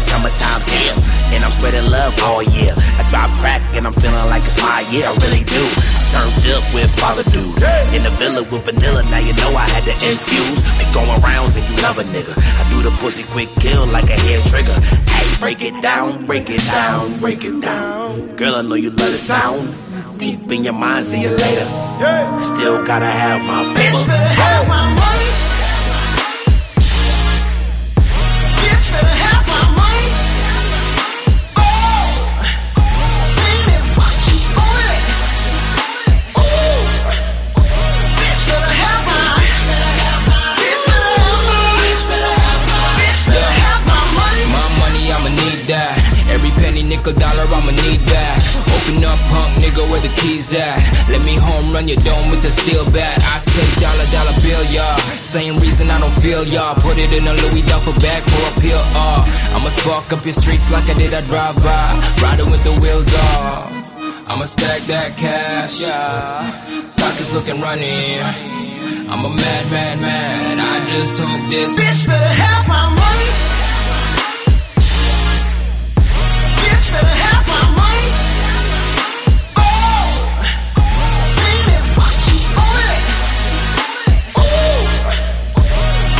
J: Summertime's here, and I'm spreading love all year. I drop crack, and I'm feeling like it's my year. I really do. Turned up with father dude. In the villa with vanilla, now you know I had to infuse. Been going rounds, and you love a nigga. I do the pussy quick kill like a hair trigger. Hey, break it down, break it down, break it down. Girl, I know you love the sound. Deep in your mind, see you later. Still gotta have my paper.
G: Bitch better have my money. Bitch better have my money. Oh, baby, what you owe me? Ooh, bitch better have my. Bitch better have my. Bitch better have my. Bitch
L: Fuck a dollar, I'ma need that. Open up, pump, nigga, where the keys at? Let me home run your dome with the steel bat. I say dollar, dollar bill, y'all. Same reason I don't feel y'all. Put it in a Louis duffel bag for a pill, uh. I'ma spark up your streets like I did a drive by. Riding with the wheels off. I'ma stack that cash, yeah. Pockets looking running. I'm a mad, mad, man. I just hope this
G: Bitch better have my money. Bitch better have my money. Oh, baby, what you owe it? Ooh,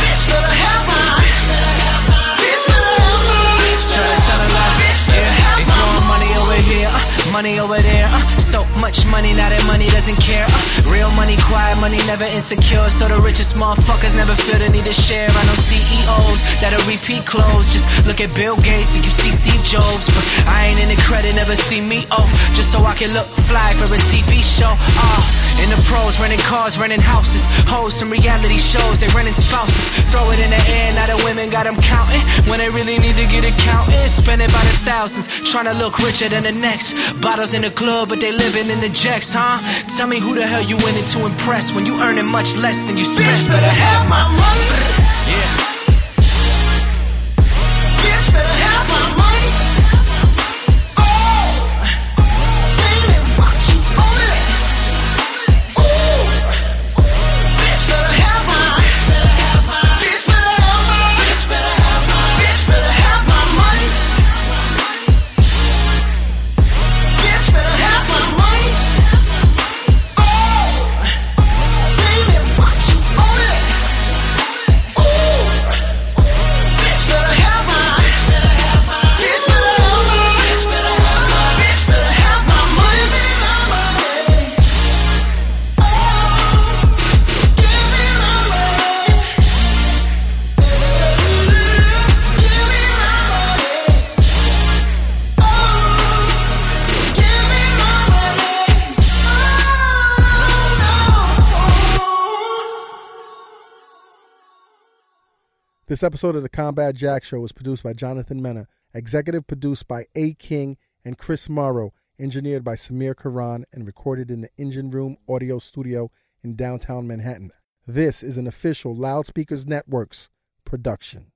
G: bitch better have my. Bitch better have my.
M: Tryna tell a lie. Yeah, they throwing money over here, uh, money over there. uh, So much money, now that money doesn't care. uh, Real money, quiet money, never insecure. So the richest motherfuckers never feel the need to share. I E know CEOs that'll repeat clothes. Just look at Bill Gates and you see Steve Jobs. But I ain't in the credit, never see me. Oh, just so I can look fly for a TV show. Uh, in the pros, renting cars, renting houses. Hoes from reality shows, they renting spouses. Throw it in the air, now the women got them counting. When they really need to get accounted, spend it by the thousands. Trying to look richer than the next. Bottles in the club, but they living in the jacks, huh? Tell me who the hell you in it to impress when you earning much less than you spend.
G: Bitch better have my money.
M: Yeah.
G: Bitch better have my money. Oh, baby, what you owe it? Ooh, bitch better have my. Bitch better have my. Bitch better have my. Bitch better have my money. Bitch better have my money. Oh, baby, what you owe it? Ooh, bitch better have my. Bitch better have my. Bitch better have my. Bitch better have my money.
A: This episode of the Combat Jack Show was produced by Jonathan Mena, executive produced by A. King and Chris Morrow, engineered by Samir Karan, and recorded in the Engine Room Audio Studio in downtown Manhattan. This is an official Loudspeakers Networks production.